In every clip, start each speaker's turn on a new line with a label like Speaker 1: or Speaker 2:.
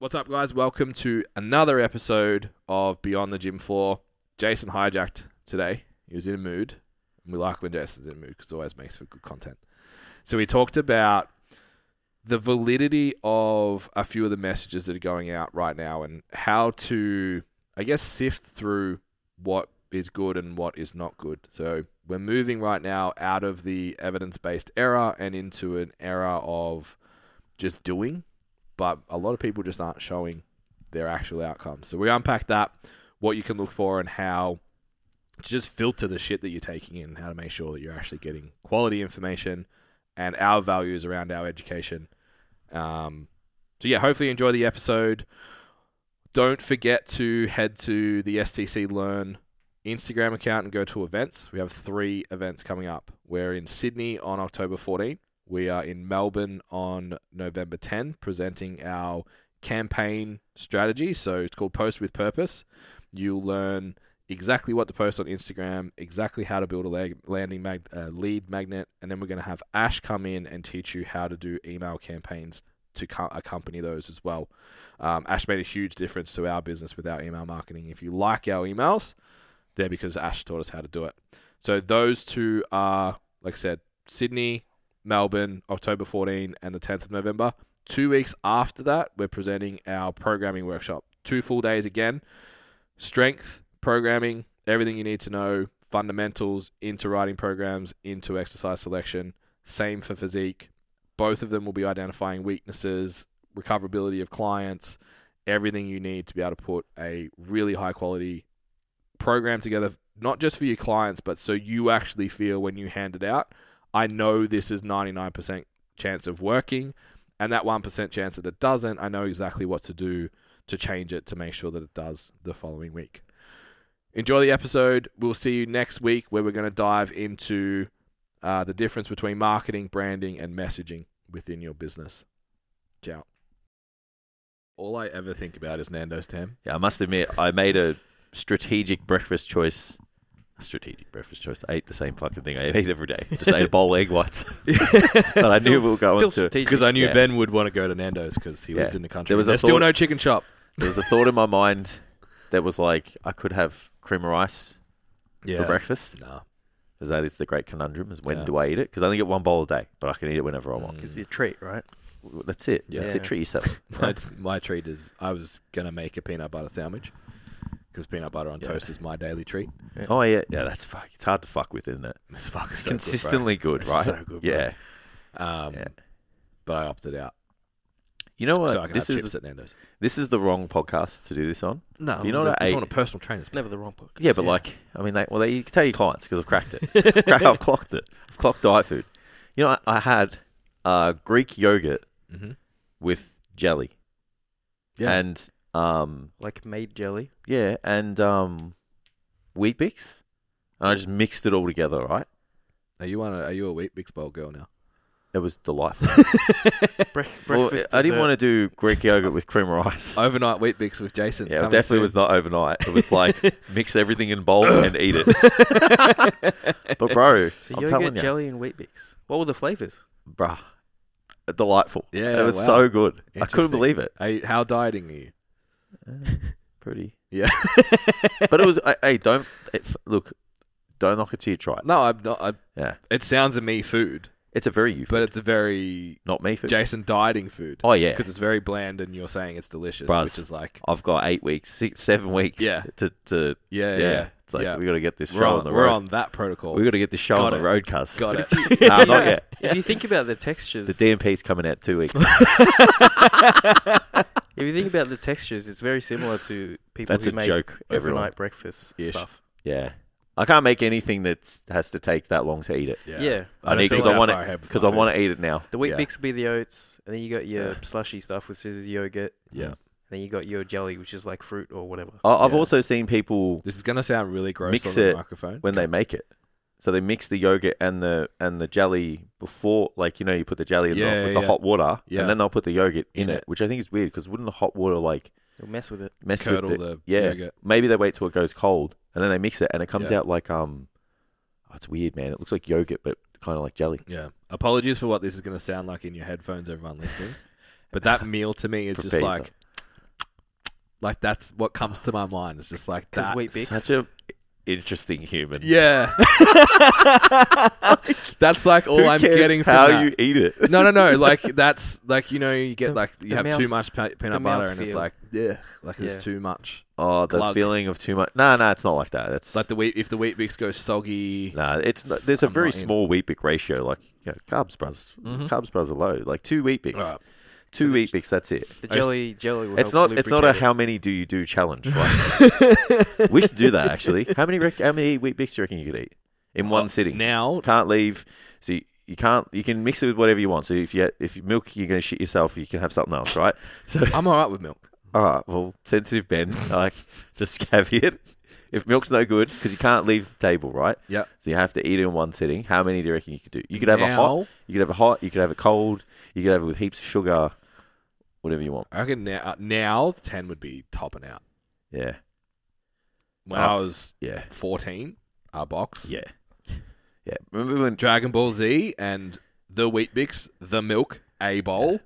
Speaker 1: What's up, guys? Welcome to another episode of Beyond the Gym Floor. Jason hijacked today. He was in a mood. And we like when Jason's in a mood because it always makes for good content. So we talked about the validity of a few of the messages that are going out right now and how to, I guess, sift through what is good and what is not good. So we're moving right now out of the evidence based era and into an era of just doing but a lot of people just aren't showing their actual outcomes. So we unpack that, what you can look for, and how to just filter the shit that you're taking in, how to make sure that you're actually getting quality information and our values around our education. Um, so yeah, hopefully you enjoy the episode. Don't forget to head to the STC Learn Instagram account and go to events. We have three events coming up. We're in Sydney on October 14th. We are in Melbourne on November 10, presenting our campaign strategy. So it's called Post with Purpose. You'll learn exactly what to post on Instagram, exactly how to build a leg, landing mag, uh, lead magnet, and then we're going to have Ash come in and teach you how to do email campaigns to co- accompany those as well. Um, Ash made a huge difference to our business with our email marketing. If you like our emails, they're because Ash taught us how to do it. So those two are, like I said, Sydney, Melbourne, October 14 and the 10th of November. Two weeks after that, we're presenting our programming workshop. Two full days again. Strength, programming, everything you need to know, fundamentals into writing programs, into exercise selection. Same for physique. Both of them will be identifying weaknesses, recoverability of clients, everything you need to be able to put a really high quality program together, not just for your clients, but so you actually feel when you hand it out I know this is 99% chance of working, and that 1% chance that it doesn't, I know exactly what to do to change it to make sure that it does the following week. Enjoy the episode. We'll see you next week where we're going to dive into uh, the difference between marketing, branding, and messaging within your business. Ciao. All I ever think about is Nando's Tam.
Speaker 2: Yeah, I must admit, I made a strategic breakfast choice. Strategic breakfast choice. I ate the same fucking thing I eat every day. Just ate a bowl of egg whites. but I knew we were going
Speaker 3: still
Speaker 2: to.
Speaker 3: strategic.
Speaker 1: Because I knew
Speaker 2: Yeah.
Speaker 1: Ben would want to go to Nando's because he
Speaker 2: Yeah.
Speaker 1: lives in the country.
Speaker 2: There was a
Speaker 1: There's still
Speaker 2: thought-
Speaker 1: no chicken shop.
Speaker 2: There was a thought in my mind that was like, I could have cream of rice for breakfast.
Speaker 1: Nah.
Speaker 2: Because that is the great conundrum: is when
Speaker 1: Yeah. Mm.
Speaker 2: do I eat it? Because I only get one bowl a day, but I can eat it whenever I want.
Speaker 3: It's a treat, right?
Speaker 2: That's it.
Speaker 1: Yeah.
Speaker 2: That's it. Treat yourself.
Speaker 1: my, my treat is I was gonna make a peanut butter sandwich because peanut butter on
Speaker 2: Yeah.
Speaker 1: toast is my daily treat.
Speaker 2: Oh yeah, yeah. That's fuck. It's hard to fuck with, isn't it?
Speaker 1: It's fucking so good, bro.
Speaker 2: Consistently good,
Speaker 1: It's
Speaker 2: right?
Speaker 1: so good, bro.
Speaker 2: yeah.
Speaker 1: um,
Speaker 2: Yeah.
Speaker 1: But I opted out.
Speaker 2: You know
Speaker 1: so-
Speaker 2: what?
Speaker 1: So I can
Speaker 2: this
Speaker 1: have
Speaker 2: is
Speaker 1: chips at Nando's.
Speaker 2: this is the wrong podcast to do this on.
Speaker 1: No,
Speaker 2: you know
Speaker 1: I'm
Speaker 2: what I
Speaker 1: just
Speaker 2: ate?
Speaker 1: on a personal trainer's.
Speaker 3: It's never the wrong podcast.
Speaker 2: Yeah, but like, I mean, they, well, they, you can tell your clients because I've cracked it. Crack- I've clocked it. I've clocked diet food. You know, I, I had uh, Greek yogurt
Speaker 1: Mm-hmm.
Speaker 2: with jelly.
Speaker 1: Yeah.
Speaker 2: And, um,
Speaker 3: like made jelly.
Speaker 2: yeah, and um, Wheat Bix. And I just mixed it all together, right?
Speaker 1: Are you on? A, are you a wheat bix bowl girl now?
Speaker 2: It was delightful.
Speaker 3: Brec-
Speaker 2: Well,
Speaker 3: breakfast.
Speaker 2: I didn't want to do Greek yogurt with cream rice.
Speaker 1: Overnight wheat bix with Jason.
Speaker 2: Yeah, it
Speaker 1: coming
Speaker 2: definitely
Speaker 1: soon.
Speaker 2: was not overnight. It was like mix everything in a bowl and eat it. but bro,
Speaker 3: So
Speaker 2: I'm
Speaker 3: yogurt,
Speaker 2: telling you,
Speaker 3: jelly, and wheat bix. What were the flavors?
Speaker 2: bruh, delightful.
Speaker 1: Yeah,
Speaker 2: it was
Speaker 1: wow.
Speaker 2: so good. I couldn't
Speaker 1: Interesting.
Speaker 2: believe it.
Speaker 1: Are you- how dieting are you? Uh,
Speaker 2: Pretty.
Speaker 1: Yeah.
Speaker 2: but it was. I- Hey, don't it, look. Don't knock it till you try it.
Speaker 1: No, I'm not. I,
Speaker 2: Yeah,
Speaker 1: it sounds a me food,
Speaker 2: it's a very you
Speaker 1: but
Speaker 2: food,
Speaker 1: it's a very
Speaker 2: not me food.
Speaker 1: Jason dieting food
Speaker 2: oh yeah,
Speaker 1: because it's very bland, and you're saying it's delicious,
Speaker 2: Bruh,
Speaker 1: which is like
Speaker 2: I've got eight weeks, six, seven weeks.
Speaker 1: Yeah.
Speaker 2: to to
Speaker 1: yeah,
Speaker 2: yeah.
Speaker 1: yeah.
Speaker 2: It's like
Speaker 1: yeah.
Speaker 2: we got to get this
Speaker 1: We're
Speaker 2: show
Speaker 1: on,
Speaker 2: on the
Speaker 1: we're
Speaker 2: road.
Speaker 1: on that protocol.
Speaker 2: We got to get this show
Speaker 1: Got
Speaker 2: on the
Speaker 1: it.
Speaker 2: road, cuz.
Speaker 1: Got it.
Speaker 2: nah, not yet.
Speaker 3: If you think about the textures,
Speaker 2: The DMP's coming out two weeks.
Speaker 3: if you think about the textures, it's very similar to people
Speaker 2: That's
Speaker 3: who
Speaker 2: a
Speaker 3: make
Speaker 2: joke. Everyone.
Speaker 3: overnight breakfast
Speaker 1: Ish.
Speaker 3: stuff.
Speaker 2: Yeah. I can't make anything that has to take that long to eat it
Speaker 3: Yeah.
Speaker 2: I need- 'cause I want it- because I want to eat it now.
Speaker 3: The wheat
Speaker 1: Yeah.
Speaker 3: bix would be the oats, and then you got your
Speaker 2: Yeah.
Speaker 3: slushy stuff, which is yogurt.
Speaker 1: Yeah.
Speaker 3: Then you got your jelly, which is like fruit or whatever.
Speaker 2: I- I've
Speaker 1: Yeah.
Speaker 2: also seen people
Speaker 1: This is gonna sound really gross
Speaker 2: Mix
Speaker 1: on the
Speaker 2: it
Speaker 1: microphone.
Speaker 2: when they make it. So they mix the yogurt and the and the jelly before, like you know, you put the jelly in
Speaker 1: Yeah,
Speaker 2: the, with
Speaker 1: yeah,
Speaker 2: the
Speaker 1: yeah.
Speaker 2: hot water,
Speaker 1: Yeah.
Speaker 2: and then they'll put the yogurt
Speaker 1: In
Speaker 2: in, it,
Speaker 1: it.
Speaker 2: which I think is weird because wouldn't the hot water like
Speaker 3: You'll mess with it.
Speaker 2: mess
Speaker 1: curdle
Speaker 2: with it?
Speaker 1: the
Speaker 2: yeah,
Speaker 1: yogurt.
Speaker 2: maybe they wait till it goes cold and then they mix it, and it comes
Speaker 1: Yeah.
Speaker 2: out like um, oh, it's weird, man. It looks like yogurt, but kind of like jelly.
Speaker 1: Yeah. Apologies for what this is gonna sound like in your headphones, everyone listening. But that meal to me is just
Speaker 2: Professor.
Speaker 1: like Like that's what comes to my mind. It's just like
Speaker 3: 'Cause
Speaker 1: that.
Speaker 3: wheat bix.
Speaker 2: Such a interesting human.
Speaker 1: Yeah. that's like all
Speaker 2: Who
Speaker 1: I'm
Speaker 2: cares
Speaker 1: getting from
Speaker 2: how
Speaker 1: that.
Speaker 2: you eat it.
Speaker 1: no, no, no. Like that's like you know you get
Speaker 3: The-
Speaker 1: like you
Speaker 3: the
Speaker 1: have
Speaker 3: mouth-
Speaker 1: too much pe- peanut
Speaker 3: mouth
Speaker 1: butter and it's
Speaker 3: feel.
Speaker 1: like yeah, like
Speaker 3: Yeah.
Speaker 1: it's too much.
Speaker 2: Oh, the
Speaker 1: Glug.
Speaker 2: feeling of too much. No, no, it's not like that. That's
Speaker 1: Like the wheat if the wheat bix goes soggy.
Speaker 2: Nah, it's not, there's a
Speaker 1: I'm
Speaker 2: very
Speaker 1: not in.
Speaker 2: small wheat bix ratio. Like you know, carbs, bros,
Speaker 1: Mhm.
Speaker 2: carbs, bros are low. Like two wheat bix,
Speaker 1: Alright.
Speaker 2: two wheat bix. That's it.
Speaker 3: The
Speaker 1: I just-
Speaker 3: jelly, jelly. Will
Speaker 2: It's
Speaker 3: help
Speaker 2: not. It's not a
Speaker 3: lubricate it.
Speaker 2: how many do you do challenge. Like, we should do that actually. How many? Rec- how many wheat bix do you reckon you could eat in one
Speaker 1: Oh,
Speaker 2: sitting?
Speaker 1: Now
Speaker 2: Can't leave. So you, you can't. You can mix it with whatever you want. So if you if you milk, you're gonna shit yourself. You can have something else, right? So
Speaker 1: I'm all right with milk.
Speaker 2: all right. Well, sensitive Ben, like just caveat. If milk's no good, because you can't leave the table, right?
Speaker 1: Yep.
Speaker 2: So you have to eat it in one sitting. How many do you reckon you could do? You could have a
Speaker 1: now,
Speaker 2: hot. You could have a hot. You could have a cold. You could have it with heaps of sugar. Whatever you want.
Speaker 1: I reckon now, uh, now ten would be topping out.
Speaker 2: Yeah.
Speaker 1: When
Speaker 2: Oh.
Speaker 1: I was
Speaker 2: Yeah.
Speaker 1: fourteen, our box.
Speaker 2: Yeah. Yeah. Remember when?
Speaker 1: Dragon Ball Z and the Wheat Bix, the milk, a bowl.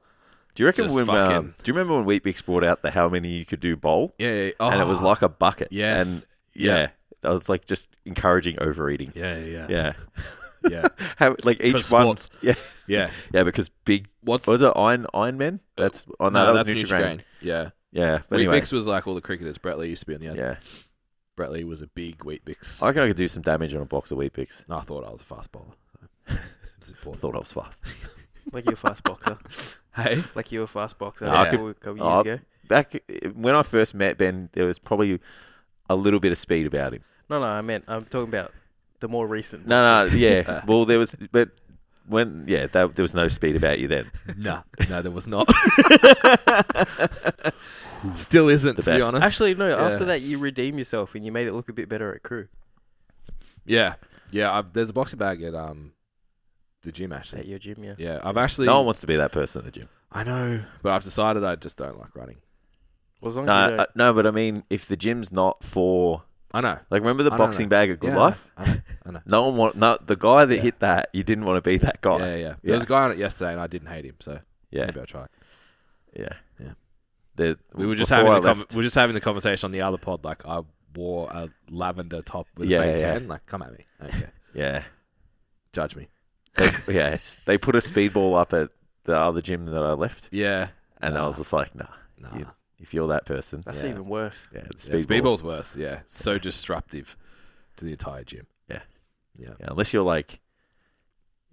Speaker 2: Do you reckon
Speaker 1: Just
Speaker 2: when?
Speaker 1: fucking-
Speaker 2: Um, do you remember when Wheatbix brought out the how many you could do bowl,
Speaker 1: Yeah, yeah, yeah. Oh,
Speaker 2: and it was like a bucket.
Speaker 1: Yes.
Speaker 2: And yeah, that was like just encouraging overeating.
Speaker 1: yeah, yeah, yeah,
Speaker 2: Yeah.
Speaker 1: yeah.
Speaker 2: How like each
Speaker 1: For
Speaker 2: one.
Speaker 1: sports.
Speaker 2: Yeah.
Speaker 1: yeah.
Speaker 2: Yeah, because big.
Speaker 1: What's
Speaker 2: What was it Iron Iron Men? That's oh no, that was
Speaker 1: Uh, that's
Speaker 2: Nutrigrain.
Speaker 1: Yeah,
Speaker 2: Yeah, but
Speaker 1: Wheat
Speaker 2: anyway.
Speaker 1: Bix was like all the cricketers. Brett Lee used to be on the other.
Speaker 2: Yeah,
Speaker 1: Brett Lee was a big Wheat Bix.
Speaker 2: I reckon I could do some damage on a box of wheat picks.
Speaker 1: No, I thought I was a fast bowler. It's
Speaker 2: I
Speaker 1: important.
Speaker 2: thought I was fast.
Speaker 3: Like you're a fast boxer.
Speaker 1: Hey,
Speaker 3: Like you're a fast boxer.
Speaker 1: Yeah.
Speaker 3: A couple, couple years
Speaker 2: Oh,
Speaker 3: ago.
Speaker 2: Back when I first met Ben, there was probably a little bit of speed about him.
Speaker 3: No, no. I meant I'm talking about the more recent.
Speaker 2: No, no, yeah.
Speaker 1: Yeah.
Speaker 2: well, there was, but when yeah, that, there was no speed about you then.
Speaker 1: no, no, there was not. Still isn't
Speaker 2: The
Speaker 1: to be
Speaker 2: best.
Speaker 1: honest.
Speaker 3: Actually, no. After
Speaker 1: Yeah.
Speaker 3: that, you redeem yourself and you made it look a bit better at crew
Speaker 1: yeah, yeah. I've, there's a boxing bag at um the gym
Speaker 3: at
Speaker 1: actually.
Speaker 3: your gym. Yeah.
Speaker 1: Yeah, I've actually.
Speaker 2: No one wants to be that person at the gym.
Speaker 1: I know, but I've decided I just don't like running.
Speaker 3: Well, as long
Speaker 2: No,
Speaker 3: as you don't,
Speaker 2: uh, no, but I mean, if the gym's not for
Speaker 1: I know.
Speaker 2: like, remember the
Speaker 1: I don't
Speaker 2: boxing
Speaker 1: know.
Speaker 2: bag at Good
Speaker 1: Yeah, I know,
Speaker 2: Life?
Speaker 1: I know. I know.
Speaker 2: No one want no the guy that
Speaker 1: Yeah.
Speaker 2: hit that. You didn't want to be that
Speaker 1: Yeah,
Speaker 2: guy.
Speaker 1: yeah, yeah. There was
Speaker 2: Yeah.
Speaker 1: a guy on it yesterday, and I didn't hate him, so
Speaker 2: Yeah,
Speaker 1: maybe I'll try. it.
Speaker 2: yeah,
Speaker 1: Yeah.
Speaker 2: The-
Speaker 1: We were just
Speaker 2: before
Speaker 1: having
Speaker 2: I
Speaker 1: the com-
Speaker 2: left-
Speaker 1: we were just having the conversation on the other pod. Like I wore a lavender top with
Speaker 2: Yeah,
Speaker 1: a fake
Speaker 2: yeah.
Speaker 1: tan. Like, come at me. Okay,
Speaker 2: yeah.
Speaker 1: judge me.
Speaker 2: They, yeah, it's- they put a speedball up at the other gym that I left,
Speaker 1: Yeah.
Speaker 2: and I was just like, nah.
Speaker 1: Nah.
Speaker 2: You- If you're that person,
Speaker 3: that's
Speaker 1: yeah.
Speaker 3: even worse.
Speaker 2: yeah, the
Speaker 1: Yeah,
Speaker 2: speedball.
Speaker 1: speedball's worse. Yeah, so disruptive to the entire gym.
Speaker 2: Yeah, unless you're like,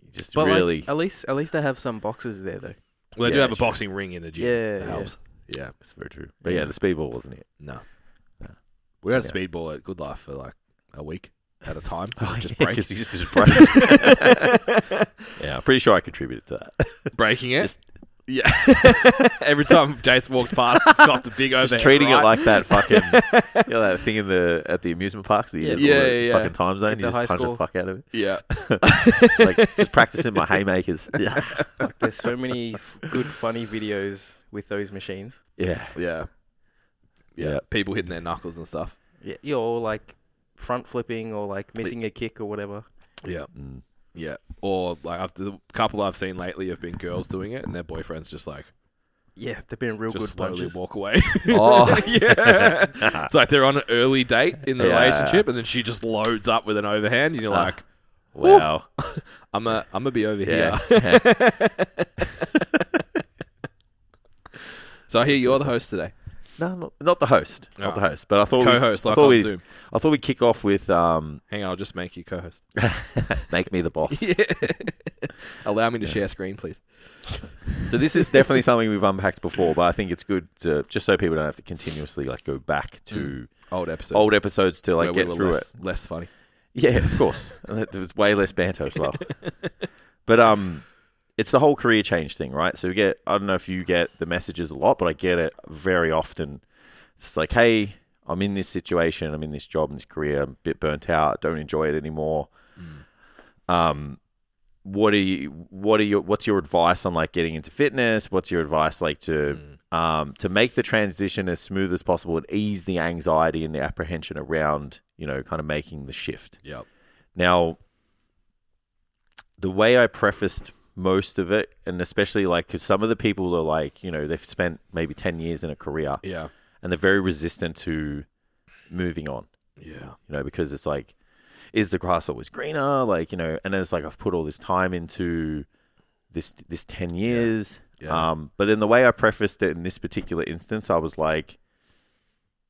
Speaker 2: you just
Speaker 3: But like,
Speaker 1: oh.
Speaker 2: really.
Speaker 3: at least, at least they have some boxes there though.
Speaker 1: Well, they do
Speaker 2: Yeah,
Speaker 1: have a
Speaker 2: sure.
Speaker 1: boxing ring in the gym.
Speaker 3: Yeah,
Speaker 1: that
Speaker 3: yeah.
Speaker 1: helps. Yeah,
Speaker 2: it's very true. But yeah, the speedball wasn't it.
Speaker 1: no.
Speaker 2: Yeah.
Speaker 1: We had a
Speaker 2: Yeah.
Speaker 1: speedball at Good Life for like a week at a time. just break.
Speaker 2: because Oh, you just just break. yeah, I'm pretty sure I contributed to that.
Speaker 1: breaking it.
Speaker 2: Just-
Speaker 1: yeah. Every time Jace walked past, just copped a big overhead.
Speaker 2: just treating
Speaker 1: right?
Speaker 2: it like that fucking, you know, that thing in the at the amusement parks. That you
Speaker 3: Yeah.
Speaker 2: did all
Speaker 1: Yeah,
Speaker 2: the
Speaker 1: yeah, yeah.
Speaker 2: Fucking time zone.
Speaker 3: Get
Speaker 2: You
Speaker 3: the
Speaker 2: just
Speaker 3: high
Speaker 2: punch the
Speaker 3: score.
Speaker 2: fuck out of it.
Speaker 1: yeah.
Speaker 2: It's like just practicing my haymakers. Yeah,
Speaker 3: Like there's so many f- good funny videos with those machines.
Speaker 2: yeah,
Speaker 1: Yeah. Yeah.
Speaker 2: Yeah.
Speaker 1: People hitting their knuckles and stuff.
Speaker 3: Yeah, you're all like front flipping or like missing a kick or whatever.
Speaker 1: Yeah.
Speaker 2: Mm.
Speaker 1: Yeah. Or like I've, the couple I've seen lately have been girls doing it and their boyfriends just like
Speaker 3: Yeah, they've been real
Speaker 1: just
Speaker 3: good
Speaker 1: slowly
Speaker 3: punches.
Speaker 1: walk away.
Speaker 2: Oh.
Speaker 1: yeah. it's like they're on an early date in the
Speaker 2: Yeah.
Speaker 1: relationship and then she just loads up with an overhand and you're
Speaker 2: Ah.
Speaker 1: like,
Speaker 2: wow.
Speaker 1: I'm a I'm gonna be over
Speaker 2: Yeah.
Speaker 1: here. So I hear you're the host today.
Speaker 2: No, not, not the host.
Speaker 1: Ah.
Speaker 2: Not the host. But I thought
Speaker 1: Co host,
Speaker 2: we, I
Speaker 1: like
Speaker 2: thought
Speaker 1: on
Speaker 2: we,
Speaker 1: Zoom.
Speaker 2: I thought we'd kick off with um,
Speaker 1: Hang on, I'll just make you co host.
Speaker 2: make me the boss.
Speaker 1: Allow me to
Speaker 2: Yeah.
Speaker 1: share screen, please.
Speaker 2: So this is definitely something we've unpacked before, but I think it's good to just so people don't have to continuously like go back to
Speaker 1: Old episode.
Speaker 2: old episodes to like get through it.
Speaker 1: less, Less funny.
Speaker 2: Yeah, of course. And that- there was way less banter as well. but um, it's the whole career change thing, right? So we get I don't know if you get the messages a lot, but I get it very often. It's like, hey, I'm in this situation, I'm in this job, in this career, I'm a bit burnt out, don't enjoy it anymore. Um, what are you? What are your? What's your advice on like getting into fitness? What's your advice like to
Speaker 1: Mm.
Speaker 2: um, to make the transition as smooth as possible and ease the anxiety and the apprehension around you know kind of making the shift?
Speaker 1: Yep.
Speaker 2: Now, the way I prefaced most of it, and especially like, because some of the people are like, you know, they've spent maybe 10 years in a career
Speaker 1: Yeah.
Speaker 2: and they're very resistant to moving on
Speaker 1: Yeah.
Speaker 2: you know, because it's like, is the grass always greener? Like, you know, and then it's like I've put all this time into this this ten years.
Speaker 1: Yeah.
Speaker 2: Um, but then the way I prefaced it in this particular instance, I was like,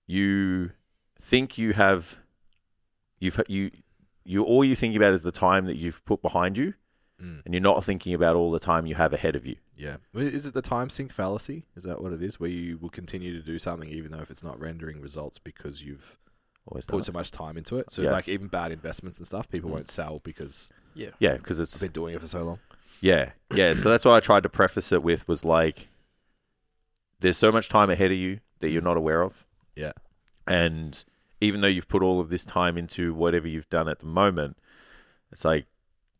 Speaker 2: you think you have, you've you you all you think about is the time that you've put behind you,
Speaker 1: Mm.
Speaker 2: and you're not thinking about all the time you have ahead of you.
Speaker 1: Yeah. Well, Is it the time sink fallacy? Is that what it is? Where you will continue to do something even though if it's not rendering results because you've
Speaker 2: Always done
Speaker 1: put so much time into it. So
Speaker 2: Yeah.
Speaker 1: like even bad investments and stuff, people
Speaker 2: Mm.
Speaker 1: won't sell because
Speaker 2: it. yeah, because it's
Speaker 1: I've been doing it for so long.
Speaker 2: Yeah, yeah. So that's what I tried to preface it with was like, there's so much time ahead of you that you're not aware of.
Speaker 1: Yeah.
Speaker 2: And even though you've put all of this time into whatever you've done at the moment, it's like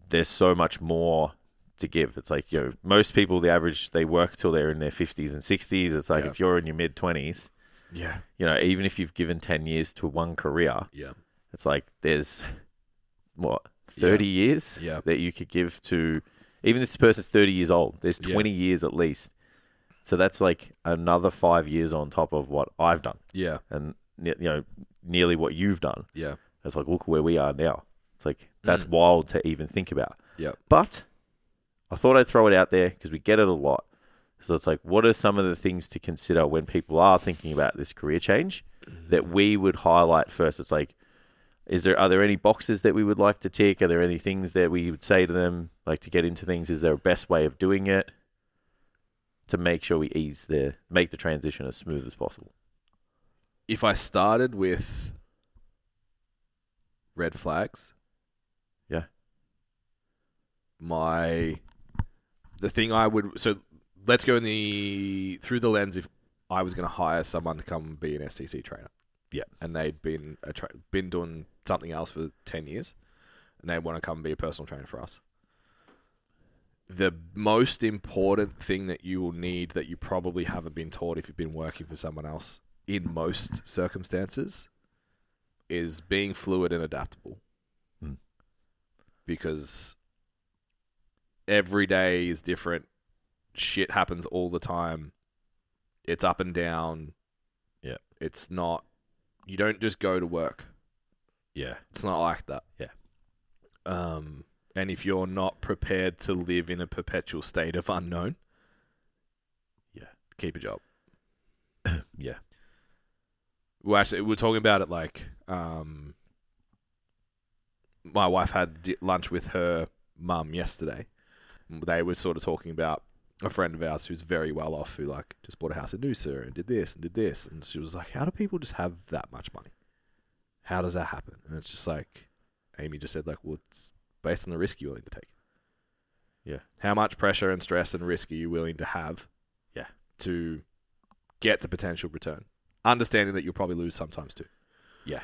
Speaker 2: there's so much more to give. It's like you know, most people, the average, they work till they're in their 50s and 60s. It's like
Speaker 1: Yeah.
Speaker 2: if you're in your mid 20s,
Speaker 1: Yeah.
Speaker 2: you know, even if you've given 10 years to one career,
Speaker 1: Yeah.
Speaker 2: it's like there's what 30 years
Speaker 1: Yeah.
Speaker 2: that you could give to even if this person's 30 years old there's
Speaker 1: Yeah.
Speaker 2: 20 years at least so that's like another five years on top of what i've done
Speaker 1: Yeah.
Speaker 2: and ne- you know nearly what you've done
Speaker 1: Yeah.
Speaker 2: it's like look where we are now it's like that's wild to even think about
Speaker 1: Yeah.
Speaker 2: but i thought i'd throw it out there because we get it a lot so it's like what are some of the things to consider when people are thinking about this career change that we would highlight first it's like is there are there any boxes that we would like to tick are there any things that we would say to them like to get into things is there a best way of doing it to make sure we ease the make the transition as smooth as possible
Speaker 1: If I started with red flags,
Speaker 2: Yeah.
Speaker 1: My the thing I would so let's go in the through the lens if I was going to hire someone to come be an STC trainer.
Speaker 2: Yeah.
Speaker 1: And they'd been a tra- been doing something else for 10 years and they want to come be a personal trainer for us. The most important thing that you will need that you probably haven't been taught if you've been working for someone else in most circumstances is being fluid and adaptable.
Speaker 2: Mm.
Speaker 1: Because every day is different. Shit happens all the time. It's up and down.
Speaker 2: Yeah.
Speaker 1: It's not you don't just go to work.
Speaker 2: yeah
Speaker 1: It's not like that.
Speaker 2: Yeah.
Speaker 1: Um and if you're not prepared to live in a perpetual state of unknown,
Speaker 2: Yeah.
Speaker 1: Keep a job.
Speaker 2: yeah
Speaker 1: Well, actually, we we're talking about it like um, my wife had di- lunch with her mum yesterday. They were sort of talking about a friend of ours who's very well off, who like just bought a house in Noosa and did this and did this, and she was like, "How do people just have that much money? How does that happen?" And it's just like Amy just said, like, "Well, it's based on the risk you're willing to take."
Speaker 2: Yeah.
Speaker 1: How much pressure and stress and risk are you willing to have?
Speaker 2: Yeah.
Speaker 1: To get the potential return understanding that you'll probably lose sometimes too.
Speaker 2: Yeah.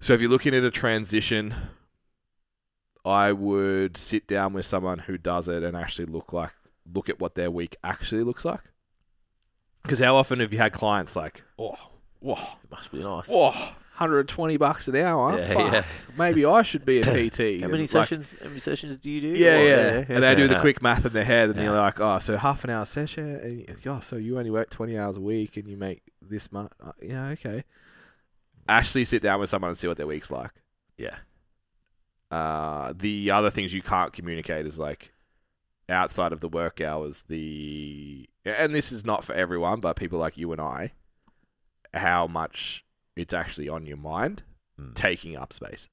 Speaker 1: So if you're looking at a transition, I would sit down with someone who does it and actually look like look at what their week actually looks like. Because how often have you had clients like, oh, whoa,
Speaker 2: it must be nice Oh,
Speaker 1: whoa, 120 bucks an hour?
Speaker 2: Yeah,
Speaker 1: Fuck,
Speaker 2: yeah.
Speaker 1: maybe I should be a PT.
Speaker 2: How
Speaker 1: And
Speaker 2: many
Speaker 1: like-
Speaker 2: sessions? how many sessions do you do?
Speaker 1: yeah,
Speaker 2: Or-
Speaker 1: yeah, And they do the
Speaker 2: yeah.
Speaker 1: quick math in their head, and
Speaker 2: Yeah.
Speaker 1: you're like, oh, so half an hour session, and you- oh, so you only work 20 hours a week and you make this much. Uh, Yeah, okay. Actually sit down with someone and see what their week's like.
Speaker 2: Yeah.
Speaker 1: Uh, the other things you can't communicate is like outside of the work hours, the, and this is not for everyone, but people like you and I, how much it's actually on your mind
Speaker 2: Mm.
Speaker 1: taking up space.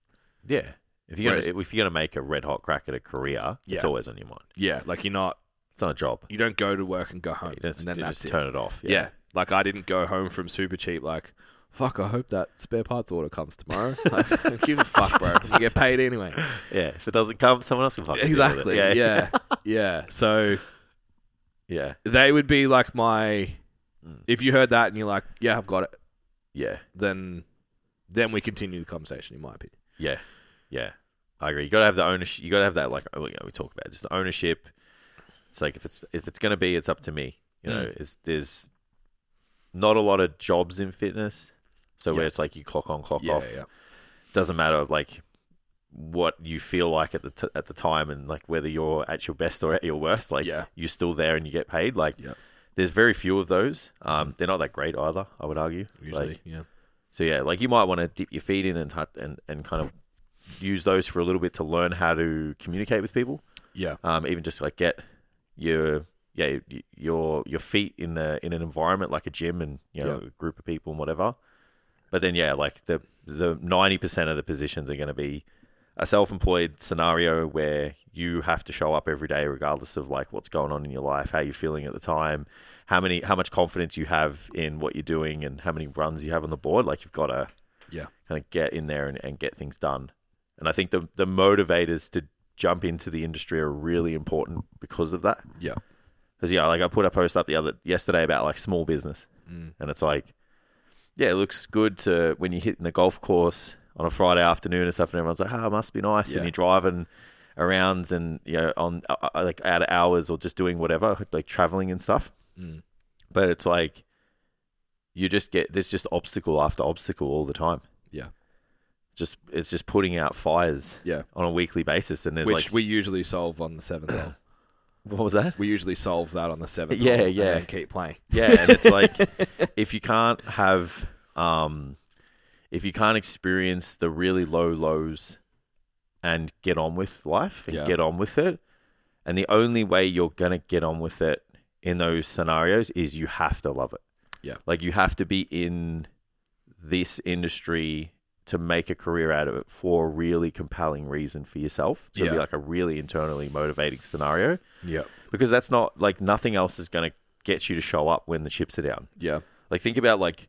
Speaker 2: Yeah. If you're
Speaker 1: Whereas-
Speaker 2: gonna, if you're gonna make a red hot crack at a career, it's
Speaker 1: Yeah.
Speaker 2: always on your mind.
Speaker 1: Yeah, like you're not,
Speaker 2: It's not a job.
Speaker 1: you don't go to work and go home,
Speaker 2: You just,
Speaker 1: and then
Speaker 2: you
Speaker 1: that's
Speaker 2: just
Speaker 1: it.
Speaker 2: turn it off.
Speaker 1: Yeah. Like I didn't go home from super cheap like fuck, I hope that spare parts order comes tomorrow. Like, give a fuck, bro. You get paid anyway.
Speaker 2: Yeah. If it doesn't come, someone else can fucking deal with it.
Speaker 1: Exactly. Yeah. Yeah. So
Speaker 2: Yeah.
Speaker 1: they would be like my
Speaker 2: Mm.
Speaker 1: if you heard that and you're like, Yeah, I've got it,
Speaker 2: Yeah.
Speaker 1: then then we continue the conversation in my opinion.
Speaker 2: Yeah. Yeah. I agree. You gotta have the ownership. You gotta have that like oh, you know, we talked about just the ownership. It's like if it's if it's gonna be, it's up to me. You know,
Speaker 1: Mm.
Speaker 2: it's there's not a lot of jobs in fitness, so where
Speaker 1: Yeah.
Speaker 2: it's like you clock on, clock off. doesn't matter like what you feel like at the t- at the time and like whether you're at your best or at your worst like
Speaker 1: Yeah.
Speaker 2: you're still there and you get paid like
Speaker 1: Yeah.
Speaker 2: There's very few of those. Um, they're not that great either, I would argue.
Speaker 1: Usually,
Speaker 2: Like,
Speaker 1: yeah.
Speaker 2: so yeah, like you might want to dip your feet in and hu- and and kind of use those for a little bit to learn how to communicate with people.
Speaker 1: Yeah.
Speaker 2: Um, even just like get your yeah y- your your feet in a in an environment like a gym and you know a group of people and whatever. But then yeah, like the the ninety percent of the positions are going to be a self-employed scenario where you have to show up every day regardless of like what's going on in your life, how you're feeling at the time, how many how much confidence you have in what you're doing and how many runs you have on the board. Like you've got to
Speaker 1: Yeah.
Speaker 2: kind of get in there and, and get things done. And I think the the motivators to jump into the industry are really important because of that.
Speaker 1: Yeah.
Speaker 2: Because yeah, like I put a post up the other yesterday about like small business,
Speaker 1: Mm.
Speaker 2: and it's like, yeah, it looks good to when you're hitting the golf course on a Friday afternoon and stuff, and everyone's like, ah, it must be nice,
Speaker 1: Yeah.
Speaker 2: and you're driving arounds and you know on uh, uh, like out of hours or just doing whatever, like traveling and stuff.
Speaker 1: Mm.
Speaker 2: But it's like, you just get there's just obstacle after obstacle all the time.
Speaker 1: Yeah.
Speaker 2: Just it's just putting out fires
Speaker 1: Yeah.
Speaker 2: on a weekly basis, and there's
Speaker 1: Which
Speaker 2: like,
Speaker 1: we usually solve on the seventh hole.
Speaker 2: what was that?
Speaker 1: We usually solve that on the seventh.
Speaker 2: Yeah,
Speaker 1: hole
Speaker 2: yeah.
Speaker 1: And then keep playing.
Speaker 2: Yeah, and it's like if you can't have um if you can't experience the really low lows and get on with life and
Speaker 1: Yeah.
Speaker 2: get on with it, and the only way you're gonna get on with it in those scenarios is you have to love it.
Speaker 1: Yeah.
Speaker 2: Like you have to be in this industry to make a career out of it for a really compelling reason for yourself. It's gonna be
Speaker 1: Yeah.
Speaker 2: like a really internally motivating scenario
Speaker 1: Yeah.
Speaker 2: because that's not like nothing else is going to get you to show up when the chips are down.
Speaker 1: Yeah.
Speaker 2: Like think about like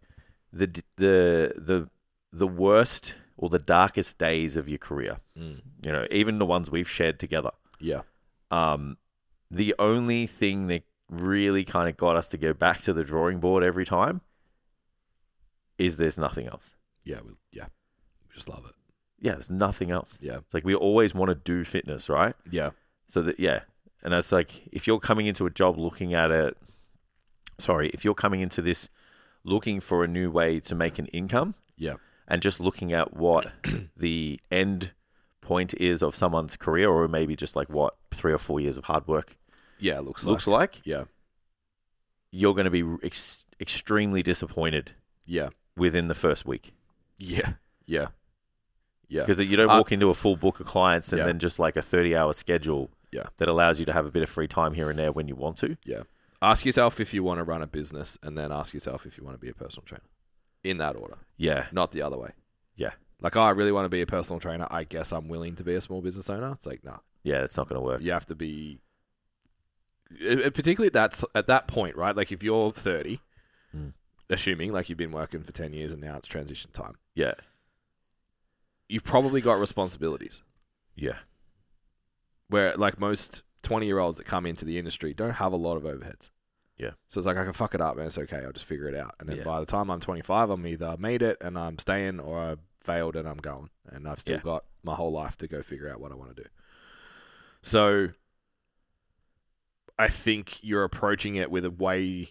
Speaker 2: the d- the the the worst or the darkest days of your career.
Speaker 1: Mm.
Speaker 2: You know, even the ones we've shared together.
Speaker 1: Yeah.
Speaker 2: Um, the only thing that really kind of got us to go back to the drawing board every time is there's nothing else.
Speaker 1: Yeah. We, yeah. We just love it.
Speaker 2: Yeah, there's nothing else.
Speaker 1: Yeah.
Speaker 2: It's like we always want to do fitness, right?
Speaker 1: Yeah.
Speaker 2: So that yeah, and it's like if you're coming into a job looking at it, sorry, if you're coming into this looking for a new way to make an income
Speaker 1: Yeah.
Speaker 2: and just looking at what the end point is of someone's career or maybe just like what three or four years of hard work
Speaker 1: Yeah. It looks like.
Speaker 2: looks like,
Speaker 1: yeah.
Speaker 2: you're going to be ex- extremely disappointed
Speaker 1: Yeah.
Speaker 2: within the first week
Speaker 1: Yeah. Yeah. Yeah.
Speaker 2: because you don't
Speaker 1: Uh,
Speaker 2: walk into a full book of clients and
Speaker 1: Yeah.
Speaker 2: then just like a 30 hour schedule
Speaker 1: Yeah.
Speaker 2: that allows you to have a bit of free time here and there when you want to.
Speaker 1: Ask yourself if you want to run a business, and then ask yourself if you want to be a personal trainer. In that order,
Speaker 2: Yeah.
Speaker 1: not the other way.
Speaker 2: Yeah.
Speaker 1: Like, oh, I really want to be a personal trainer. I guess I'm willing to be a small business owner. It's like, nah,
Speaker 2: Yeah, it's not going to work.
Speaker 1: you have to be. Uh, Particularly at that at that point, right? Like, if you're 30,
Speaker 2: Mm.
Speaker 1: assuming like you've been working for 10 years and now it's transition time,
Speaker 2: Yeah.
Speaker 1: you've probably got responsibilities.
Speaker 2: Yeah.
Speaker 1: where like most 20 year olds that come into the industry don't have a lot of overheads.
Speaker 2: Yeah.
Speaker 1: So it's like I can fuck it up, man. It's okay. I'll just figure it out. And then
Speaker 2: Yeah.
Speaker 1: by the time I'm 25, I'm either made it and I'm staying, or I failed and I'm going, and I've still
Speaker 2: Yeah.
Speaker 1: got my whole life to go figure out what I want to do. So I think you're approaching it with a way,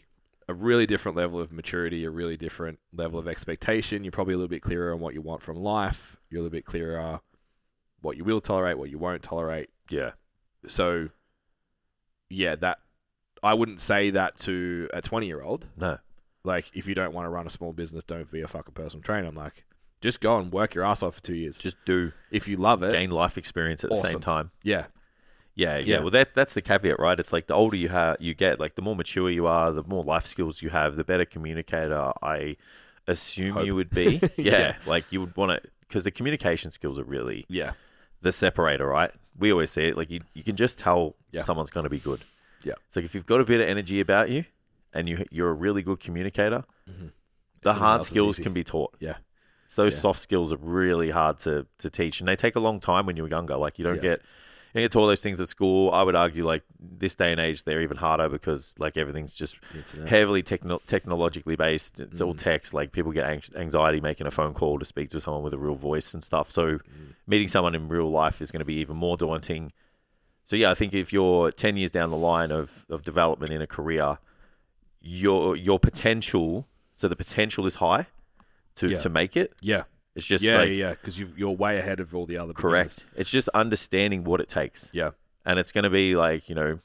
Speaker 1: a really different level of maturity, a really different level of expectation. You're probably a little bit clearer on what you want from life. You're a little bit clearer what you will tolerate, what you won't tolerate
Speaker 2: Yeah.
Speaker 1: so yeah that i wouldn't say that to a 20 year old
Speaker 2: No.
Speaker 1: like if you don't want to run a small business don't be a fucking personal trainer i'm like just go and work your ass off for two years
Speaker 2: Just do
Speaker 1: if you love it
Speaker 2: gain life experience at the
Speaker 1: Awesome.
Speaker 2: same time.
Speaker 1: yeah
Speaker 2: Yeah, yeah.
Speaker 1: Yeah.
Speaker 2: Well, that that's the caveat, right? It's like the older you ha- you get, like the more mature you are, the more life skills you have, the better communicator I assume
Speaker 1: Hope.
Speaker 2: you would be. yeah,
Speaker 1: Yeah.
Speaker 2: like you would want to because the communication skills are really
Speaker 1: yeah
Speaker 2: the separator, right? We always say it like you, you can just tell
Speaker 1: Yeah.
Speaker 2: someone's going to be good.
Speaker 1: Yeah.
Speaker 2: It's like if you've got a bit of energy about you and you you're a really good communicator, the
Speaker 1: Everything
Speaker 2: hard
Speaker 1: else is
Speaker 2: skills
Speaker 1: easy.
Speaker 2: can be taught.
Speaker 1: yeah
Speaker 2: So those
Speaker 1: Yeah.
Speaker 2: soft skills are really hard to to teach, and they take a long time when you're younger. Like you don't
Speaker 1: Yeah.
Speaker 2: get you don't get to all those things at school. I would argue, like this day and age, they're even harder because like everything's just heavily techno- technologically based. It's all
Speaker 1: Mhm.
Speaker 2: text. Like people get anx- anxiety making a phone call to speak to someone with a real voice and stuff.
Speaker 1: Mm.
Speaker 2: So meeting someone in real life is going to be even more daunting. So yeah, I think if you're ten years down the line of of development in a career, your your potential, so the potential is high to
Speaker 1: Yeah.
Speaker 2: to make it.
Speaker 1: yeah
Speaker 2: It's just
Speaker 1: yeah
Speaker 2: like
Speaker 1: yeah because you're way ahead of all the other beginners.
Speaker 2: correct. It's just understanding what it takes,
Speaker 1: yeah
Speaker 2: and it's going to be like you know,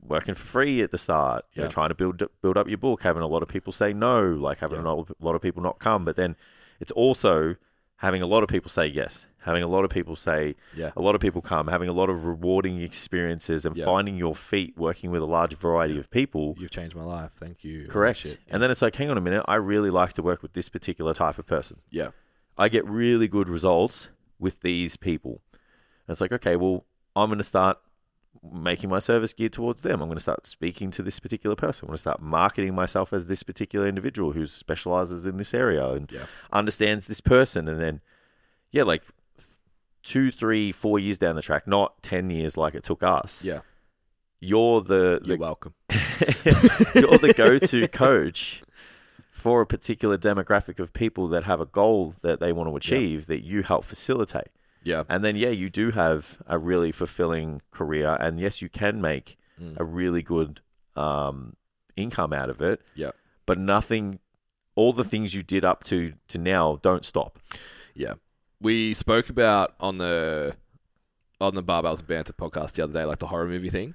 Speaker 2: working for free at the start, you know,
Speaker 1: Yeah.
Speaker 2: trying to build build up your book, having a lot of people say no, like having
Speaker 1: Yeah.
Speaker 2: a lot- lot of people not come, but then it's also having a lot of people say yes, having a lot of people say
Speaker 1: Yeah.
Speaker 2: a lot of people come, having a lot of rewarding experiences and
Speaker 1: Yeah.
Speaker 2: finding your feet working with a large variety of people.
Speaker 1: You've changed my life. Thank you.
Speaker 2: Correct.
Speaker 1: Shit.
Speaker 2: And then it's like, hang on a minute, I really like to work with this particular type of person.
Speaker 1: Yeah.
Speaker 2: I get really good results with these people. And it's like, okay, well, I'm going to start making my service geared towards them. I'm going to start speaking to this particular person. I'm going to start marketing myself as this particular individual who specializes in this area and
Speaker 1: Yeah.
Speaker 2: understands this person. And then, yeah, like th- two, three, four years down the track, not 10 years like it took us.
Speaker 1: Yeah.
Speaker 2: You're the,
Speaker 1: You're
Speaker 2: the
Speaker 1: welcome.
Speaker 2: you're the go-to coach for a particular demographic of people that have a goal that they want to achieve that you help facilitate.
Speaker 1: Yeah.
Speaker 2: And then yeah, you do have a really fulfilling career and yes, you can make
Speaker 1: Mm.
Speaker 2: a really good um, income out of it.
Speaker 1: Yeah.
Speaker 2: But nothing all the things you did up to to now don't stop.
Speaker 1: we spoke about on the on the barbells and banter podcast the other day, like the horror movie thing.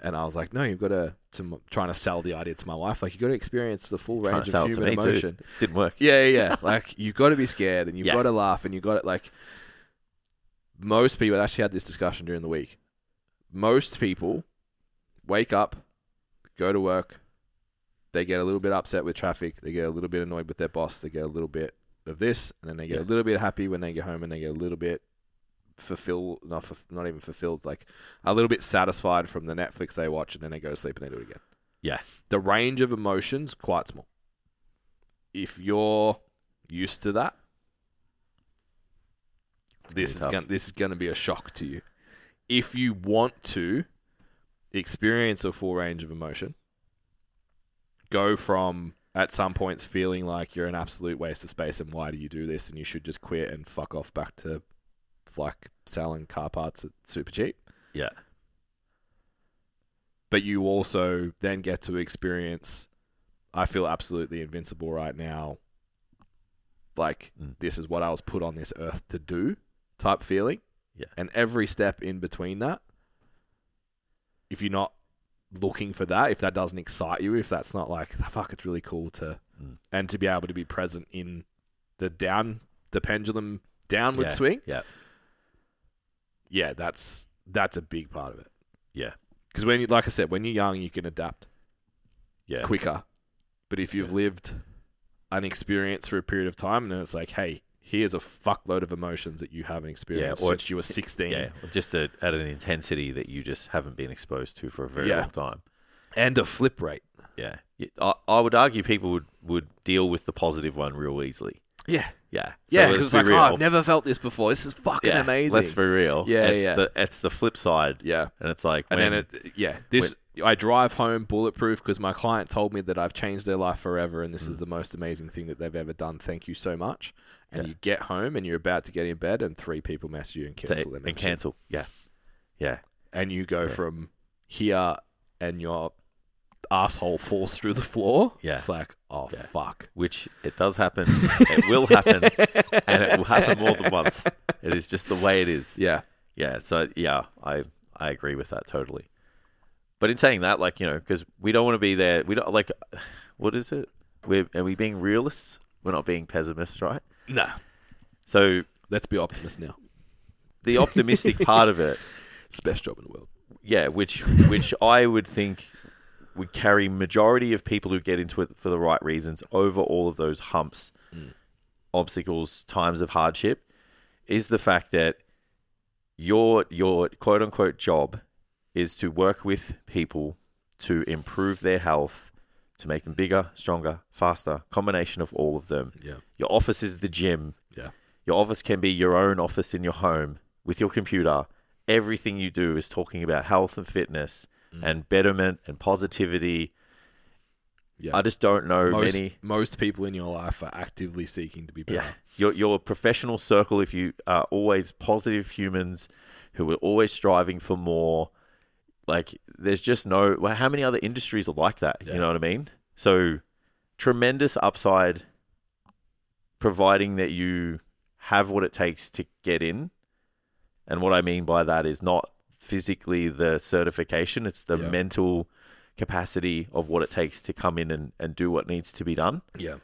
Speaker 1: And I was like, no, you've got to, to trying to sell the idea to my wife. Like, you've got to experience the full
Speaker 2: Trying
Speaker 1: range
Speaker 2: to sell
Speaker 1: of
Speaker 2: it to
Speaker 1: human
Speaker 2: me too.
Speaker 1: emotion.
Speaker 2: Didn't work.
Speaker 1: Yeah, yeah, yeah. like, you've got to be scared and you've
Speaker 2: Yeah.
Speaker 1: got to laugh and you've got to, like, most people I actually had this discussion during the week. Most people wake up, go to work, they get a little bit upset with traffic, they get a little bit annoyed with their boss, they get a little bit of this, and then they get
Speaker 2: Yeah.
Speaker 1: a little bit happy when they get home, and they get a little bit fulfilled, not fulf- not even fulfilled, like a little bit satisfied from the Netflix they watch, and then they go to sleep and they do it again.
Speaker 2: Yeah.
Speaker 1: the range of emotions quite small. If you're used to that, this
Speaker 2: be
Speaker 1: is
Speaker 2: tough.
Speaker 1: gonna, this is going to be a shock to you. If you want to experience a full range of emotion, go from at some points feeling like you're an absolute waste of space and why do you do this and you should just quit and fuck off back to like selling car parts at super cheap.
Speaker 2: Yeah.
Speaker 1: But you also then get to experience I feel absolutely invincible right now. Like
Speaker 2: Mm.
Speaker 1: this is what I was put on this earth to do type feeling.
Speaker 2: Yeah.
Speaker 1: And every step in between that if you're not looking for that, if that doesn't excite you, if that's not like fuck it's really cool to
Speaker 2: Mm.
Speaker 1: and to be able to be present in the down the pendulum downward
Speaker 2: Yeah.
Speaker 1: swing
Speaker 2: Yeah.
Speaker 1: yeah, that's that's a big part of it.
Speaker 2: Yeah.
Speaker 1: because when you, like I said, when you're young, you can adapt
Speaker 2: Yeah.
Speaker 1: quicker. But if you've lived an experience for a period of time, and then it's like, hey, here's a fuckload of emotions that you haven't experienced
Speaker 2: or
Speaker 1: since you were 16,
Speaker 2: Yeah. Just a, at an intensity that you just haven't been exposed to for a very
Speaker 1: Yeah.
Speaker 2: long time.
Speaker 1: and a flip rate.
Speaker 2: Yeah. Y- I, I would argue people would, would deal with the positive one real easily.
Speaker 1: Yeah,
Speaker 2: Yeah.
Speaker 1: yeah,
Speaker 2: So
Speaker 1: because
Speaker 2: let's
Speaker 1: it's
Speaker 2: be
Speaker 1: like,
Speaker 2: real.
Speaker 1: oh, I've never felt this before. This is fucking
Speaker 2: yeah,
Speaker 1: amazing.
Speaker 2: Let's be real.
Speaker 1: Yeah,
Speaker 2: It's
Speaker 1: yeah.
Speaker 2: the it's the flip side.
Speaker 1: yeah,
Speaker 2: And it's like
Speaker 1: and
Speaker 2: when,
Speaker 1: then it, yeah, this. I drive home bulletproof because my client told me that I've changed their life forever, and this
Speaker 2: Mm.
Speaker 1: is the most amazing thing that they've ever done. Thank you so much. And
Speaker 2: Yeah.
Speaker 1: you get home and you're about to get in bed, and three people mess you and
Speaker 2: to-
Speaker 1: cancel their
Speaker 2: and
Speaker 1: membership.
Speaker 2: cancel. Yeah. Yeah.
Speaker 1: and you go from here, and your asshole falls through the floor.
Speaker 2: Yeah.
Speaker 1: it's like oh
Speaker 2: Yeah.
Speaker 1: fuck.
Speaker 2: Which it does happen. it will happen. And it will happen more than once. It is just the way it is.
Speaker 1: Yeah,
Speaker 2: Yeah, so yeah, I I agree with that totally. But in saying that, like you know, because we don't want to be there. We don't like. What is it? We're are we being realists? We're not being pessimists, right?
Speaker 1: nah.
Speaker 2: So
Speaker 1: Let's be optimists now.
Speaker 2: the optimistic part of it,
Speaker 1: It's the best job in the world.
Speaker 2: yeah, which which I would think would carry majority of people who get into it for the right reasons over all of those humps, obstacles, times of hardship, is the fact that your your quote unquote job is to work with people to improve their health, to make them bigger, stronger, faster, combination of all of them.
Speaker 1: Yeah,
Speaker 2: Your office is the gym.
Speaker 1: Yeah.
Speaker 2: Your office can be your own office in your home with your computer. Everything you do is talking about health and fitness
Speaker 1: Mm.
Speaker 2: and betterment and positivity.
Speaker 1: yeah.
Speaker 2: I just don't know
Speaker 1: most,
Speaker 2: many.
Speaker 1: most people in your life are actively seeking to be better.
Speaker 2: Yeah. Your, your professional circle, if you are always positive humans who are always striving for more, like there's just no, well, how many other industries are like that?
Speaker 1: Yeah.
Speaker 2: You know what I mean? So tremendous upside, providing that you have what it takes to get in. And what I mean by that is not physically the certification, it's the
Speaker 1: Yeah.
Speaker 2: mental capacity of what it takes to come in and, and do what needs to be done.
Speaker 1: Yeah.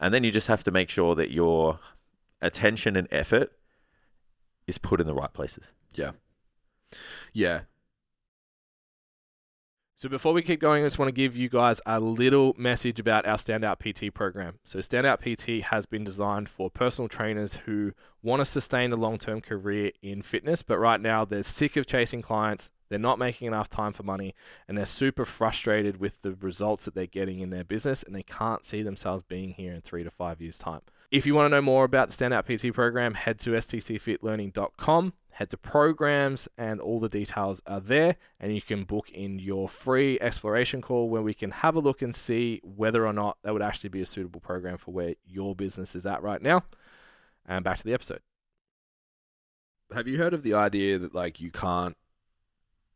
Speaker 2: And then you just have to make sure that your attention and effort is put in the right places.
Speaker 1: Yeah. So before we keep going, I just want to give you guys a little message about our Standout PT program. So Standout PT has been designed for personal trainers who want to sustain a long-term career in fitness, but right now they're sick of chasing clients, they're not making enough time for money, and they're super frustrated with the results that they're getting in their business and they can't see themselves being here in 3 to 5 years time. If you want to know more about the Standout PT program, head to stcfitlearning.com, head to programs, and all the details are there. And you can book in your free exploration call where we can have a look and see whether or not that would actually be a suitable program for where your business is at right now. And back to the episode. Have you heard of the idea that, like, you can't,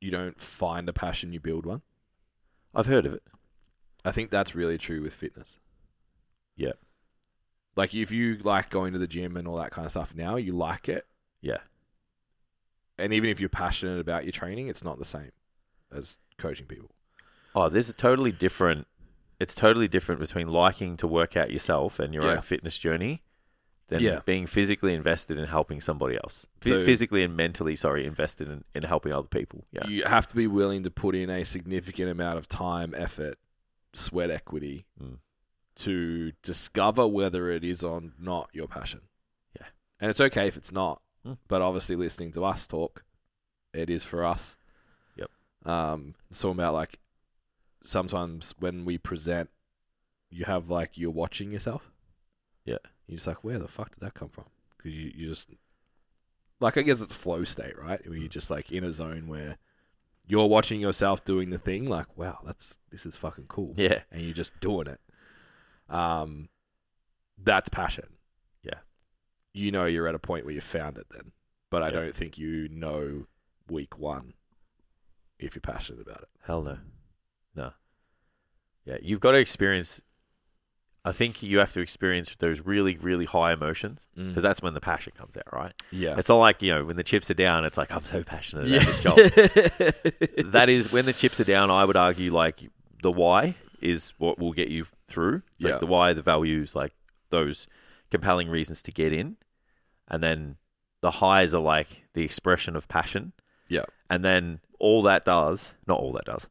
Speaker 1: you don't find a passion, you build one?
Speaker 2: I've heard of it.
Speaker 1: I think that's really true with fitness.
Speaker 2: Yeah.
Speaker 1: Like if you like going to the gym and all that kind of stuff now, you like it.
Speaker 2: Yeah.
Speaker 1: And even if you're passionate about your training, it's not the same as coaching people.
Speaker 2: Oh, there's a totally different. It's totally different between liking to work out yourself and your
Speaker 1: Yeah.
Speaker 2: own fitness journey than
Speaker 1: Yeah.
Speaker 2: being physically invested in helping somebody else. Phy-
Speaker 1: So-
Speaker 2: physically and mentally, sorry, invested in, in helping other people. Yeah.
Speaker 1: You have to be willing to put in a significant amount of time, effort, sweat equity
Speaker 2: Mm.
Speaker 1: to discover whether it is or not your passion.
Speaker 2: Yeah.
Speaker 1: And it's okay if it's not,
Speaker 2: Mm.
Speaker 1: but obviously listening to us talk, it is for us.
Speaker 2: Yep.
Speaker 1: Um, it's talking about like sometimes when we present, you have like you're watching yourself.
Speaker 2: Yeah.
Speaker 1: You're just like, where the fuck did that come from? Because you, you just, like, I guess it's flow state, right? Where you're
Speaker 2: Mm.
Speaker 1: just like in a zone where you're watching yourself doing the thing, like, wow, that's, this is fucking cool
Speaker 2: yeah.
Speaker 1: and you're just doing it. Um, that's passion.
Speaker 2: Yeah.
Speaker 1: You know you're at a point where you found it then, but I
Speaker 2: Yeah.
Speaker 1: don't think you know week one if you're passionate about it.
Speaker 2: Hell no. No. Yeah. You've got to experience. I think you have to experience those really, really high emotions because that's when the passion comes out, right?
Speaker 1: Mm. yeah.
Speaker 2: It's not like, you know, when the chips are down, it's like, I'm so passionate about
Speaker 1: Yeah.
Speaker 2: this job. that is when the chips are down. I would argue like the why is what will get you through. It's
Speaker 1: Yeah.
Speaker 2: Like the why, the values, like those compelling reasons to get in, and then the highs are like the expression of passion.
Speaker 1: Yeah.
Speaker 2: and then all that does, not all that does,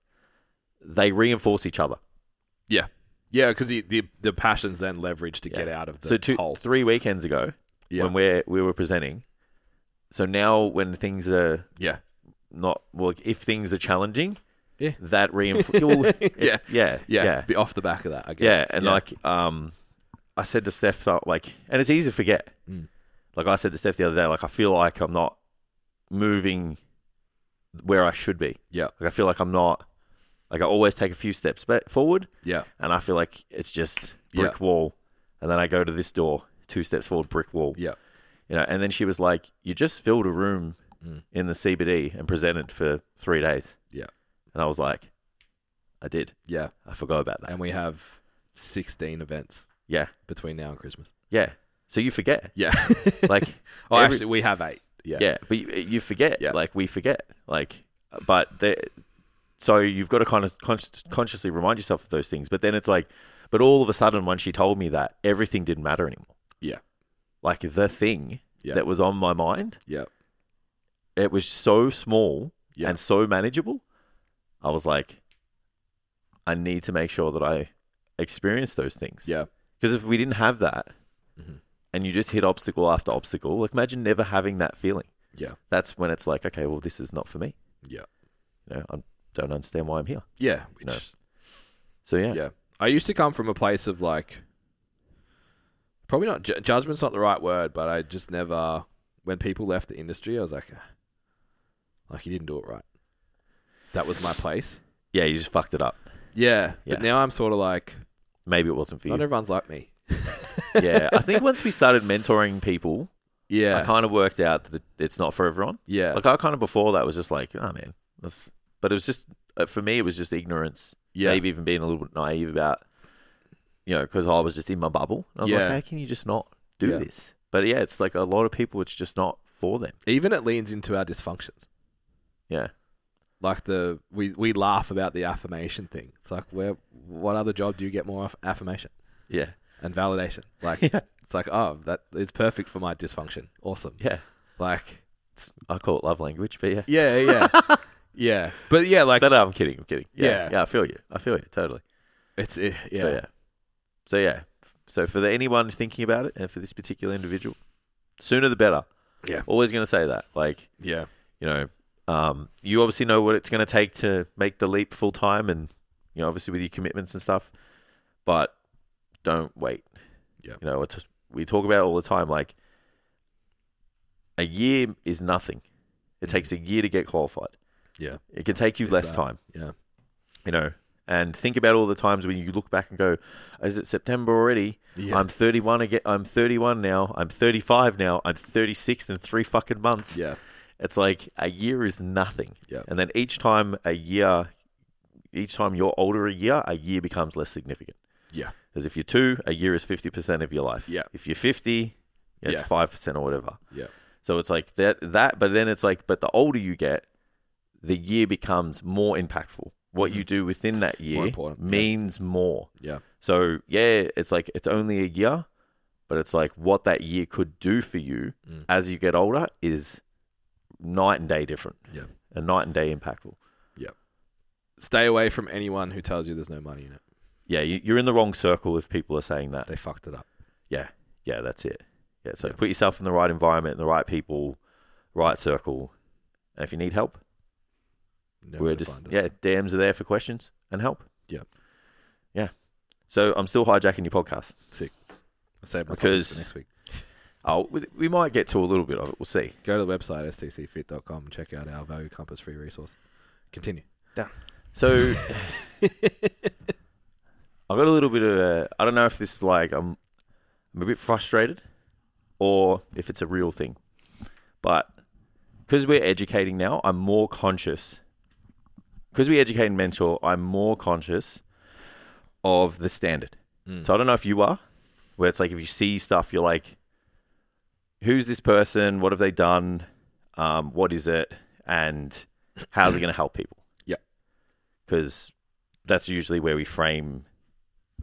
Speaker 2: they reinforce each other.
Speaker 1: yeah. Yeah, because the, the the passion's then leveraged to
Speaker 2: Yeah.
Speaker 1: get out of the
Speaker 2: so two,
Speaker 1: hole.
Speaker 2: three weekends ago,
Speaker 1: Yeah.
Speaker 2: when we we were presenting, so now when things are
Speaker 1: yeah.
Speaker 2: not well, if things are challenging.
Speaker 1: Yeah.
Speaker 2: That reinforces. yeah. yeah,
Speaker 1: Yeah.
Speaker 2: yeah,
Speaker 1: Be off the back of that, I guess.
Speaker 2: Yeah, and like um, I said to Steph, so, like, and it's easy to forget.
Speaker 1: Mm.
Speaker 2: Like I said to Steph the other day, like I feel like I'm not moving where I should be.
Speaker 1: Yeah.
Speaker 2: Like I feel like I'm not. Like I always take a few steps back forward,
Speaker 1: Yeah.
Speaker 2: and I feel like it's just brick wall, and then I go to this door, two steps forward, brick wall.
Speaker 1: Yeah.
Speaker 2: You know, and then she was like, "You just filled a room
Speaker 1: Mm.
Speaker 2: in the CBD and presented for three days."
Speaker 1: Yeah.
Speaker 2: and I was like, "I did.
Speaker 1: Yeah.
Speaker 2: I forgot about that."
Speaker 1: And we have sixteen events
Speaker 2: Yeah,
Speaker 1: between now and Christmas.
Speaker 2: yeah. So you forget,
Speaker 1: Yeah.
Speaker 2: like
Speaker 1: oh
Speaker 2: Every-
Speaker 1: actually we have eight. Yeah.
Speaker 2: yeah, but you, you forget
Speaker 1: Yeah.
Speaker 2: like we forget like but the, so you've got to kind of con- consciously remind yourself of those things but then it's like but all of a sudden when she told me that everything didn't matter anymore
Speaker 1: Yeah.
Speaker 2: like the thing
Speaker 1: Yeah.
Speaker 2: that was on my mind
Speaker 1: Yeah.
Speaker 2: it was so small
Speaker 1: Yeah.
Speaker 2: and so manageable i was like i need to make sure that i experience those things
Speaker 1: Yeah.
Speaker 2: because if we didn't have that
Speaker 1: Mhm.
Speaker 2: and you just hit obstacle after obstacle like imagine never having that feeling
Speaker 1: Yeah.
Speaker 2: that's when it's like, okay, well, this is not for me.
Speaker 1: Yeah.
Speaker 2: You know, I don't understand why I'm here.
Speaker 1: Yeah. Which
Speaker 2: No. So yeah,
Speaker 1: Yeah. I used to come from a place of like, probably not, ju- judgment's not the right word, but I just never, when people left the industry, I was like, "Ah, like, you didn't do it right. That was my place.
Speaker 2: yeah, you just fucked it up.
Speaker 1: Yeah.
Speaker 2: Yeah.
Speaker 1: But now I'm sort of like,
Speaker 2: Maybe it wasn't for
Speaker 1: not
Speaker 2: you.
Speaker 1: everyone's like me.
Speaker 2: yeah, I think once we started mentoring people, I
Speaker 1: Yeah.
Speaker 2: kind of worked out that it's not for everyone.
Speaker 1: yeah.
Speaker 2: Like I kind of before that was just like, oh man, that's. But it was just uh, for me, it was just ignorance.
Speaker 1: yeah.
Speaker 2: Maybe even being a little bit naive about, you know, because I was just in my bubble. I was
Speaker 1: Yeah.
Speaker 2: like, how can you just not do
Speaker 1: Yeah.
Speaker 2: this? But yeah, it's like a lot of people, it's just not for them.
Speaker 1: Even it leans into our dysfunctions.
Speaker 2: Yeah.
Speaker 1: Like the we we laugh about the affirmation thing. It's like where what other job do you get more aff- affirmation
Speaker 2: Yeah.
Speaker 1: and validation? Like
Speaker 2: Yeah.
Speaker 1: it's like oh that is perfect for my dysfunction. Awesome.
Speaker 2: Yeah.
Speaker 1: Like
Speaker 2: I call it love language, but yeah.
Speaker 1: yeah yeah yeah. But yeah like
Speaker 2: No, no, I'm kidding. I'm kidding. Yeah.
Speaker 1: Yeah.
Speaker 2: Yeah. I feel you. I feel you. Totally.
Speaker 1: it's it, yeah.
Speaker 2: So, yeah. So, yeah. So, for the, anyone thinking about it and for this particular individual, sooner the better.
Speaker 1: Yeah.
Speaker 2: Always going to say that. Like,
Speaker 1: yeah
Speaker 2: you know, um, you obviously know what it's going to take to make the leap full time and, you know, obviously with your commitments and stuff, but don't wait.
Speaker 1: Yeah.
Speaker 2: You know, it's, we talk about it all the time. Like, a year is nothing. It
Speaker 1: Mm.
Speaker 2: takes a year to get qualified.
Speaker 1: Yeah.
Speaker 2: It can take you
Speaker 1: It's
Speaker 2: less
Speaker 1: that.
Speaker 2: time.
Speaker 1: Yeah.
Speaker 2: You know, and think about all the times when you look back and go, is it September already?
Speaker 1: yeah.
Speaker 2: I'm 31 again. I'm 31 now. I'm 35 now. I'm 36 in three fucking months.
Speaker 1: yeah
Speaker 2: It's like a year is nothing.
Speaker 1: Yeah.
Speaker 2: And then each time a year, each time you're older a year, a year becomes less significant.
Speaker 1: Yeah.
Speaker 2: Because if you're two, a year is 50% of your life.
Speaker 1: Yeah.
Speaker 2: If you're 50, it's
Speaker 1: Yeah.
Speaker 2: 5% or whatever.
Speaker 1: Yeah.
Speaker 2: So it's like that, that, but then it's like, but the older you get, the year becomes more impactful. What you do within that year
Speaker 1: Mm-hmm. important, yeah.
Speaker 2: means more.
Speaker 1: yeah
Speaker 2: So yeah, it's like it's only a year, but it's like what that year could do for you
Speaker 1: Mm.
Speaker 2: as you get older is night and day different.
Speaker 1: Yeah.
Speaker 2: And night and day impactful.
Speaker 1: stay away from anyone who tells you there's no money in it.
Speaker 2: Yeah, you, you're in the wrong circle if people are saying that.
Speaker 1: They fucked it up.
Speaker 2: Yeah, that's it. Yeah, so
Speaker 1: Yeah.
Speaker 2: put yourself in the right environment, the right people, right circle. And if you need help,
Speaker 1: You know where
Speaker 2: we're
Speaker 1: to
Speaker 2: just
Speaker 1: find us.
Speaker 2: yeah, DMs are there for questions and help.
Speaker 1: Yeah.
Speaker 2: Yeah. So I'm still hijacking your podcast.
Speaker 1: I'll save my
Speaker 2: because-
Speaker 1: because next week.
Speaker 2: Oh, we, we might get to a little bit of it. We'll see.
Speaker 1: Go to the website stcfit.com and check out our value compass free resource. Continue.
Speaker 2: So I got a little bit of a, I don't know if this is like I'm I'm a bit frustrated or if it's a real thing. But because we're educating now, I'm more conscious. Because we educate and mentor, I'm more conscious of the standard.
Speaker 1: Mm.
Speaker 2: So I don't know if you are, where it's like if you see stuff, you're like, who's this person? What have they done? Um, what is it? And how's it going to help people?
Speaker 1: Yeah.
Speaker 2: Because that's usually where we frame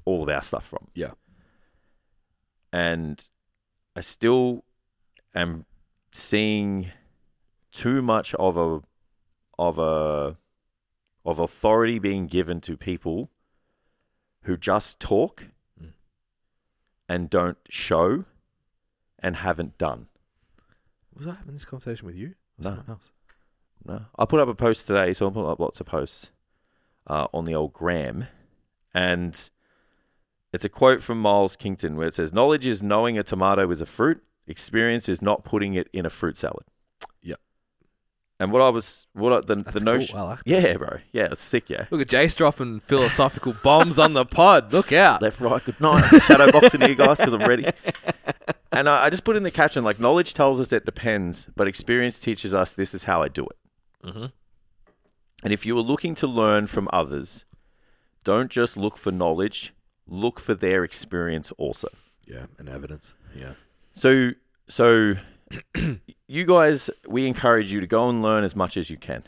Speaker 2: all of our stuff from.
Speaker 1: Yeah.
Speaker 2: And I still am seeing too much of a of a of authority being given to people who just talk
Speaker 1: Mm.
Speaker 2: and don't show and haven't done.
Speaker 1: Was I having this conversation with you? Or
Speaker 2: No.
Speaker 1: Someone else?
Speaker 2: No. I put up a post today, so I'm putting up lots of posts uh, on the old gram. And it's a quote from Miles Kington where it says, Knowledge is knowing a tomato is a fruit, experience is not putting it in a fruit salad.
Speaker 1: Yep.
Speaker 2: And what I was, what I, the,
Speaker 1: That's
Speaker 2: the
Speaker 1: cool.
Speaker 2: notion.
Speaker 1: I like that.
Speaker 2: Yeah, bro. Yeah, it's sick, yeah.
Speaker 1: Look at Jace dropping philosophical bombs on the pod. Look out.
Speaker 2: Left, right, good night. Shadow boxing here, guys, because I'm ready. And I, I just put in the caption like, knowledge tells us it depends, but experience teaches us this is how I do it.
Speaker 1: Mhm.
Speaker 2: And if you are looking to learn from others, don't just look for knowledge, look for their experience also.
Speaker 1: Yeah, and evidence. Yeah.
Speaker 2: So, so you guys, we encourage you to go and learn as much as you can.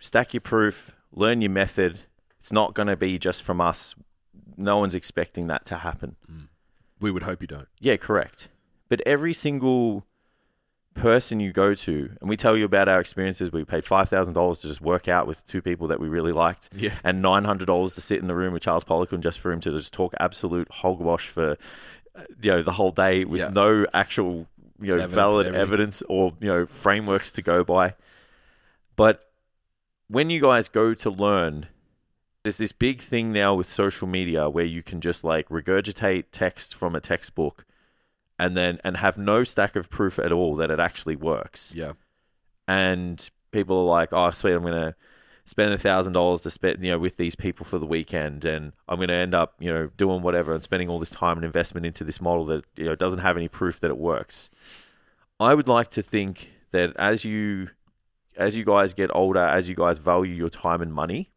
Speaker 2: Stack your proof, learn your method. It's not going to be just from us. No one's expecting that to happen.
Speaker 1: Mm. We would hope you don't.
Speaker 2: Yeah, correct. But every single person you go to, and we tell you about our experiences, we paid five thousand dollars to just work out with two people that we really liked,
Speaker 1: Yeah.
Speaker 2: and nine hundred dollars to sit in the room with Charles Poliquin just for him to just talk absolute hogwash for uh, you know the whole day with
Speaker 1: Yeah.
Speaker 2: no actual you know
Speaker 1: Evidence,
Speaker 2: valid
Speaker 1: everything.
Speaker 2: evidence or you know frameworks to go by. But when you guys go to learn, there's this big thing now with social media where you can just like regurgitate text from a textbook and then and have no stack of proof at all that it actually works.
Speaker 1: Yeah.
Speaker 2: And people are like, "Oh, sweet, I'm gonna spend a thousand dollars to spend you know with these people for the weekend, and I'm gonna end up you know doing whatever and spending all this time and investment into this model that you know doesn't have any proof that it works." I would like to think that as you as you guys get older, as you guys value your time and money,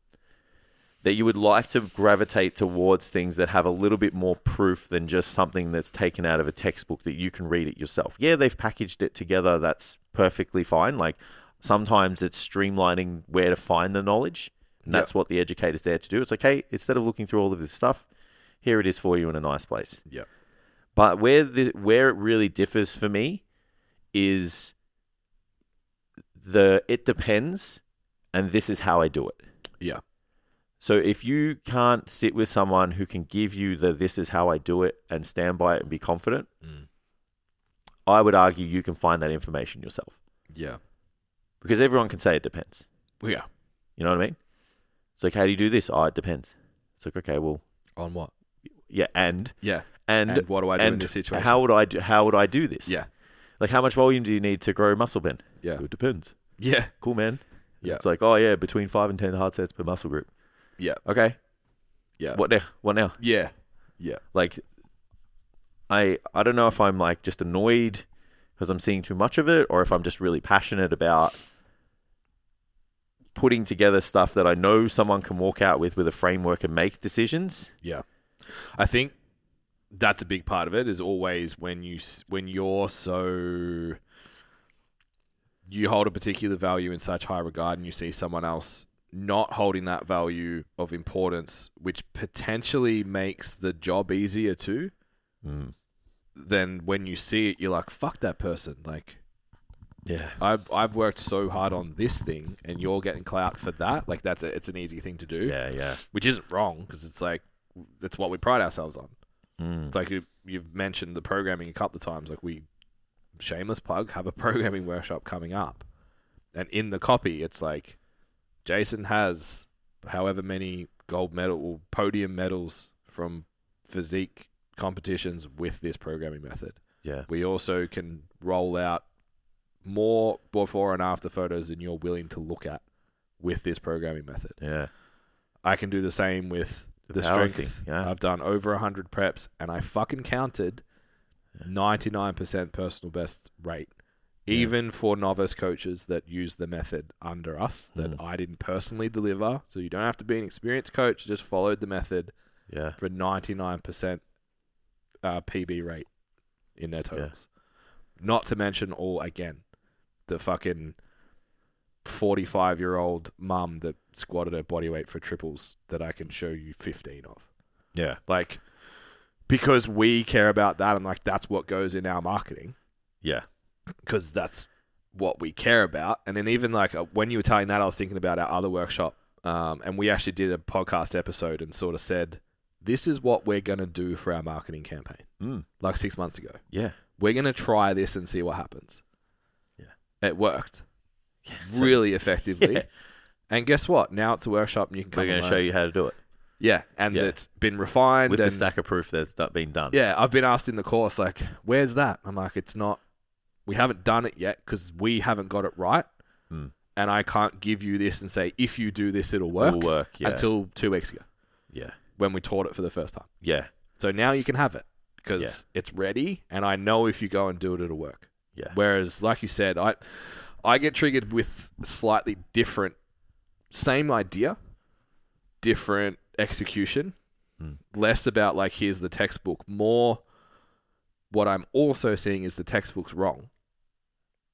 Speaker 2: that you would like to gravitate towards things that have a little bit more proof than just something that's taken out of a textbook that you can read it yourself. Yeah, they've packaged it together. That's perfectly fine. Like Sometimes it's streamlining where to find the knowledge. And
Speaker 1: Yep.
Speaker 2: that's what the educator's there to do. It's like, hey, instead of looking through all of this stuff, here it is for you in a nice place.
Speaker 1: Yep.
Speaker 2: But where the, where it really differs for me is the it depends and this is how I do it.
Speaker 1: Yeah.
Speaker 2: So if you can't sit with someone who can give you the this is how I do it and stand by it and be confident,
Speaker 1: Mm.
Speaker 2: I would argue you can find that information yourself.
Speaker 1: Yeah.
Speaker 2: Because everyone can say it depends.
Speaker 1: Yeah.
Speaker 2: You know what I mean? It's like, how do you do this? Oh, it depends. It's like, okay, well,
Speaker 1: On what?
Speaker 2: yeah, and
Speaker 1: Yeah.
Speaker 2: and
Speaker 1: And, what do I do in
Speaker 2: and
Speaker 1: this situation?
Speaker 2: how would I do how would I do this?
Speaker 1: Yeah.
Speaker 2: Like how much volume do you need to grow muscle bin?
Speaker 1: Yeah.
Speaker 2: It depends.
Speaker 1: Yeah.
Speaker 2: Cool man. And
Speaker 1: Yeah.
Speaker 2: It's like, oh yeah, between five and ten hard sets per muscle group.
Speaker 1: Yeah.
Speaker 2: Okay.
Speaker 1: Yeah.
Speaker 2: What now? What now?
Speaker 1: Yeah. Yeah.
Speaker 2: like i i don't know if i'm like just annoyed because i'm seeing too much of it or if i'm just really passionate about putting together stuff that i know someone can walk out with with a framework and make decisions
Speaker 1: Yeah, I think that's a big part of it. Is always when you s- when you're so you hold a particular value in such high regard, and you see someone else not holding that value of importance, which potentially makes the job easier too. Mm. Then when you see it, you're like, "Fuck that person!" Like.
Speaker 2: yeah
Speaker 1: I've, I've worked so hard on this thing and you're getting clout for that like that's a, it's an easy thing to do
Speaker 2: yeah yeah
Speaker 1: which isn't wrong because it's like that's what we pride ourselves on.
Speaker 2: Mm.
Speaker 1: It's like you, you've mentioned the programming a couple of times. Like we, shameless plug, have a programming workshop coming up, and in the copy, it's like Jason has however many gold medal podium medals from physique competitions with this programming method.
Speaker 2: yeah
Speaker 1: We also can roll out more before and after photos than you're willing to look at with this programming method.
Speaker 2: yeah
Speaker 1: I can do the same with the,
Speaker 2: The power
Speaker 1: strength.
Speaker 2: thing, yeah.
Speaker 1: I've done over 100 preps and I fucking counted 99% personal best rate. Even for novice coaches that use the method under us
Speaker 2: Mm.
Speaker 1: that I didn't personally deliver. So you don't have to be an experienced coach, just followed the method
Speaker 2: yeah
Speaker 1: for 99% uh, PB rate in their totals. Not to mention all, again, the fucking 45 year old mum that squatted her body weight for triples that I can show you 15 of.
Speaker 2: yeah
Speaker 1: Like, because we care about that and like that's what goes in our marketing
Speaker 2: yeah
Speaker 1: because that's what we care about. And then even like uh, when you were telling that, I was thinking about our other workshop, um, and we actually did a podcast episode and sort of said, "This is what we're gonna do for our marketing campaign."
Speaker 2: Mm.
Speaker 1: Like six months ago,
Speaker 2: yeah
Speaker 1: we're gonna try this and see what happens.
Speaker 2: Yeah.
Speaker 1: it worked
Speaker 2: so-
Speaker 1: really effectively.
Speaker 2: Yeah.
Speaker 1: And guess what? Now it's a workshop, and you can come.
Speaker 2: we're going to
Speaker 1: alone.
Speaker 2: show you how to do it
Speaker 1: yeah, and
Speaker 2: Yeah.
Speaker 1: it's been refined
Speaker 2: with
Speaker 1: and
Speaker 2: the stack of proof that's do- been done
Speaker 1: yeah, I've been asked in the course, like, where's that? I'm like, it's not, we haven't done it yet because we haven't got it right.
Speaker 2: Mm.
Speaker 1: And I can't give you this and say, if you do this, it'll
Speaker 2: It
Speaker 1: work,
Speaker 2: will work yeah
Speaker 1: until two weeks ago
Speaker 2: yeah
Speaker 1: when we taught it for the first time.
Speaker 2: yeah
Speaker 1: So now you can have it because it's ready. And I know if you go and do it, it'll work.
Speaker 2: yeah
Speaker 1: Whereas, like you said, I I get triggered with slightly different, same idea, different execution.
Speaker 2: Mm.
Speaker 1: Less about like here's the textbook, more what I'm also seeing is the textbook's wrong,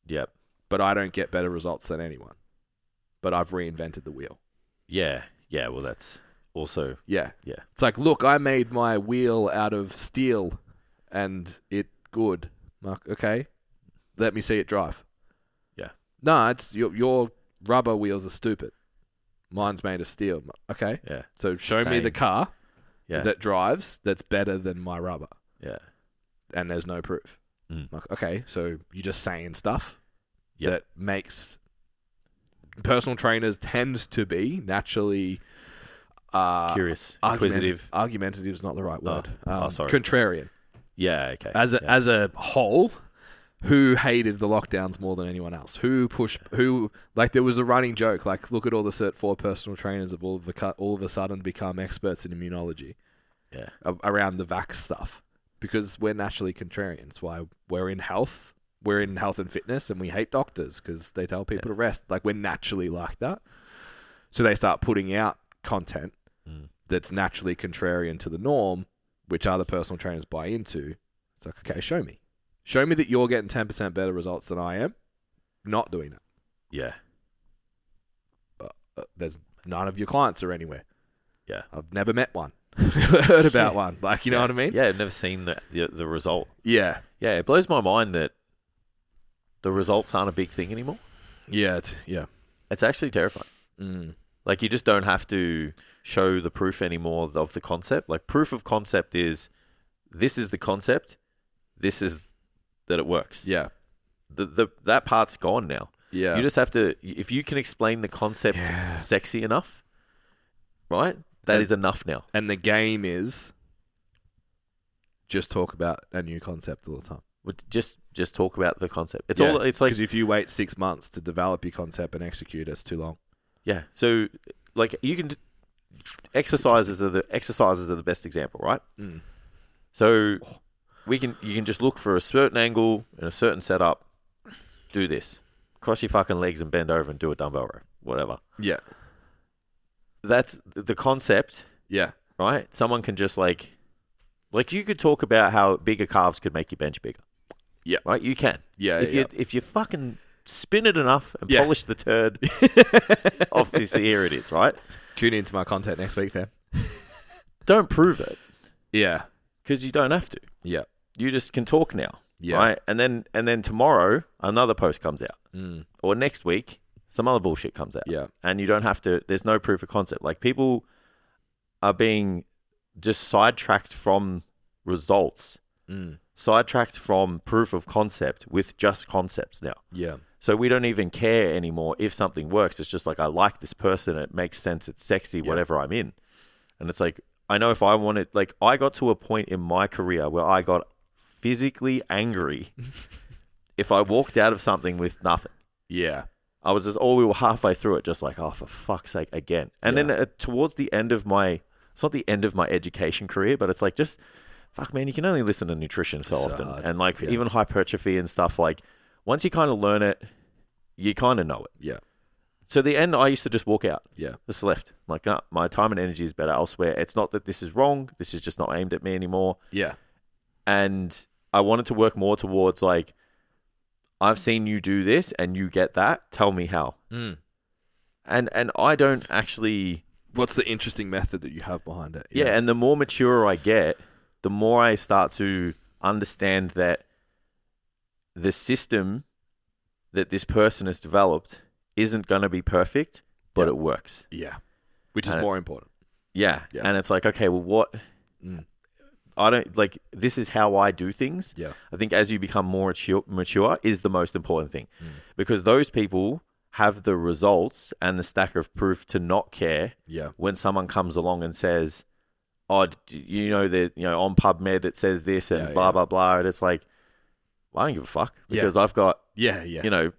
Speaker 2: yep
Speaker 1: but I don't get better results than anyone. But I've reinvented the wheel.
Speaker 2: yeah yeah well that's also
Speaker 1: Yeah.
Speaker 2: Yeah.
Speaker 1: It's like, look, I made my wheel out of steel and it good. Mark, okay. Let me see it drive.
Speaker 2: Yeah.
Speaker 1: No, it's your your rubber wheels are stupid. Mine's made of steel. Okay.
Speaker 2: yeah
Speaker 1: So
Speaker 2: It's the
Speaker 1: show me the
Speaker 2: same.
Speaker 1: car
Speaker 2: yeah
Speaker 1: that drives that's better than my rubber.
Speaker 2: yeah
Speaker 1: And there's no proof.
Speaker 2: Mm.
Speaker 1: Like, okay, so you're just saying stuff
Speaker 2: Yeah.
Speaker 1: that makes personal trainers tend to be naturally uh,
Speaker 2: curious
Speaker 1: Argument-
Speaker 2: inquisitive
Speaker 1: Argumentative is not the right word. Um,
Speaker 2: Oh, oh, sorry.
Speaker 1: Contrarian.
Speaker 2: Yeah, okay.
Speaker 1: As a,
Speaker 2: yeah.
Speaker 1: as a whole, who hated the lockdowns more than anyone else? Who pushed? Who like there was a running joke like look at all the Cert Four personal trainers have all of a, cu- all of a sudden become experts in immunology
Speaker 2: yeah.
Speaker 1: a- around the vax stuff because we're naturally contrarian. It's why we're in health. We're in health and fitness, and we hate doctors because they tell people to rest. Like we're naturally like that, so they start putting out content
Speaker 2: Mm.
Speaker 1: that's naturally contrarian to the norm, which other personal trainers buy into. It's like, okay, show me, show me that you're getting ten percent better results than I am. Not doing that.
Speaker 2: Yeah.
Speaker 1: Uh, There's none of your clients are anywhere.
Speaker 2: Yeah.
Speaker 1: I've never met one. never heard about one. Like, you know
Speaker 2: Yeah.
Speaker 1: what I mean?
Speaker 2: Yeah, I've never seen the, the the result.
Speaker 1: Yeah.
Speaker 2: Yeah, it blows my mind that the results aren't a big thing anymore.
Speaker 1: Yeah. It's, yeah.
Speaker 2: It's actually terrifying.
Speaker 1: Mm.
Speaker 2: Like you just don't have to show the proof anymore of the concept. Like proof of concept is this is the concept, this is that it works.
Speaker 1: Yeah.
Speaker 2: The, the that part's gone now.
Speaker 1: Yeah.
Speaker 2: You just have to if you can explain the concept
Speaker 1: Yeah.
Speaker 2: sexy enough, right?
Speaker 1: That-
Speaker 2: that is enough now.
Speaker 1: and the game is just talk about a new concept all the time.
Speaker 2: Would- Just just talk about the concept. It's all it's like
Speaker 1: because if you wait six months to develop your concept and execute, it's too long.
Speaker 2: Yeah. So, like, you can d- exercises are the exercises are the best example, right?
Speaker 1: Mm.
Speaker 2: So, we can you can just look for a certain angle and a certain setup. Do this. Cross your fucking legs and bend over and do a dumbbell row, whatever.
Speaker 1: Yeah,
Speaker 2: That's th- the concept,
Speaker 1: yeah,
Speaker 2: right? Someone can just like, like you could talk about how bigger calves could make your bench bigger.
Speaker 1: Yeah.
Speaker 2: Right. You can
Speaker 1: yeah.
Speaker 2: if
Speaker 1: Uh, yeah.
Speaker 2: you if you fucking spin it enough and
Speaker 1: Yeah.
Speaker 2: polish the turd. obviously, here it is, right?
Speaker 1: Tune into my content next week, fam.
Speaker 2: Don't prove it.
Speaker 1: Yeah,
Speaker 2: because you don't have to.
Speaker 1: yeah,
Speaker 2: You just can talk now,
Speaker 1: yeah.
Speaker 2: right? And then and then tomorrow another post comes out,
Speaker 1: Mm,
Speaker 2: or next week some other bullshit comes out,
Speaker 1: yeah,
Speaker 2: and you don't have to. There's no proof of concept. Like people are being just sidetracked from results,
Speaker 1: mm,
Speaker 2: sidetracked from proof of concept with just concepts now.
Speaker 1: yeah,
Speaker 2: So we don't even care anymore if something works. It's just like I like this person, it makes sense, it's sexy,
Speaker 1: Yeah.
Speaker 2: whatever I'm in. And it's like I know if I wanted like I got to a point in my career where I got physically angry if I walked out of something with nothing.
Speaker 1: yeah,
Speaker 2: I was just oh we were halfway through it just like oh for fuck's sake again. And then uh, towards the end of my it's not the end of my education career, but it's like just fuck man, you can only listen to nutrition so
Speaker 1: So
Speaker 2: often
Speaker 1: hard.
Speaker 2: and like
Speaker 1: Yeah.
Speaker 2: even hypertrophy and stuff like once you kind of learn it, you kind of know it.
Speaker 1: yeah,
Speaker 2: So the end, I used to just walk out,
Speaker 1: yeah,
Speaker 2: just left. Like, nah, my time and energy is better elsewhere. It's not that this is wrong. This is just not aimed at me anymore.
Speaker 1: yeah,
Speaker 2: And I wanted to work more towards like, I've seen you do this and you get that. Tell me how.
Speaker 1: mm.
Speaker 2: And and I don't actually.
Speaker 1: What's the interesting method that you have behind it?
Speaker 2: Yeah. And the more mature I get, the more I start to understand that the system that this person has developed isn't going to be perfect, but it works.
Speaker 1: yeah, which is
Speaker 2: And-
Speaker 1: more important.
Speaker 2: Yeah.
Speaker 1: Yeah.
Speaker 2: And it's like, okay, well, what?
Speaker 1: Mm.
Speaker 2: I don't like this is how I do things.
Speaker 1: Yeah,
Speaker 2: I think as you become more mature, mature is the most important thing
Speaker 1: Mm.
Speaker 2: because those people have the results and the stack of proof to not care
Speaker 1: yeah,
Speaker 2: when someone comes along and says, "Oh, d- you know that you know on PubMed it says this and
Speaker 1: Yeah,
Speaker 2: blah
Speaker 1: yeah.
Speaker 2: blah blah," and it's like, well, I don't give a fuck
Speaker 1: Yeah.
Speaker 2: because I've got
Speaker 1: yeah, yeah,
Speaker 2: you know.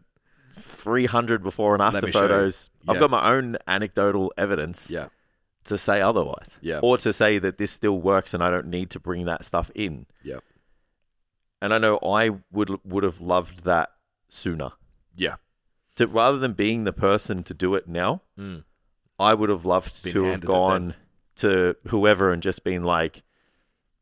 Speaker 2: 300 before and after
Speaker 1: me show you.
Speaker 2: photos.
Speaker 1: Yeah.
Speaker 2: I've got my own anecdotal evidence
Speaker 1: yeah,
Speaker 2: to say otherwise.
Speaker 1: Yeah.
Speaker 2: Or to say that this still works and I don't need to bring that stuff in.
Speaker 1: Yeah.
Speaker 2: And I know I would would have loved that sooner.
Speaker 1: yeah.
Speaker 2: To rather than being the person to do it now,
Speaker 1: Mm.
Speaker 2: I would have loved
Speaker 1: Been
Speaker 2: to have
Speaker 1: handed it then.
Speaker 2: gone to whoever and just been like,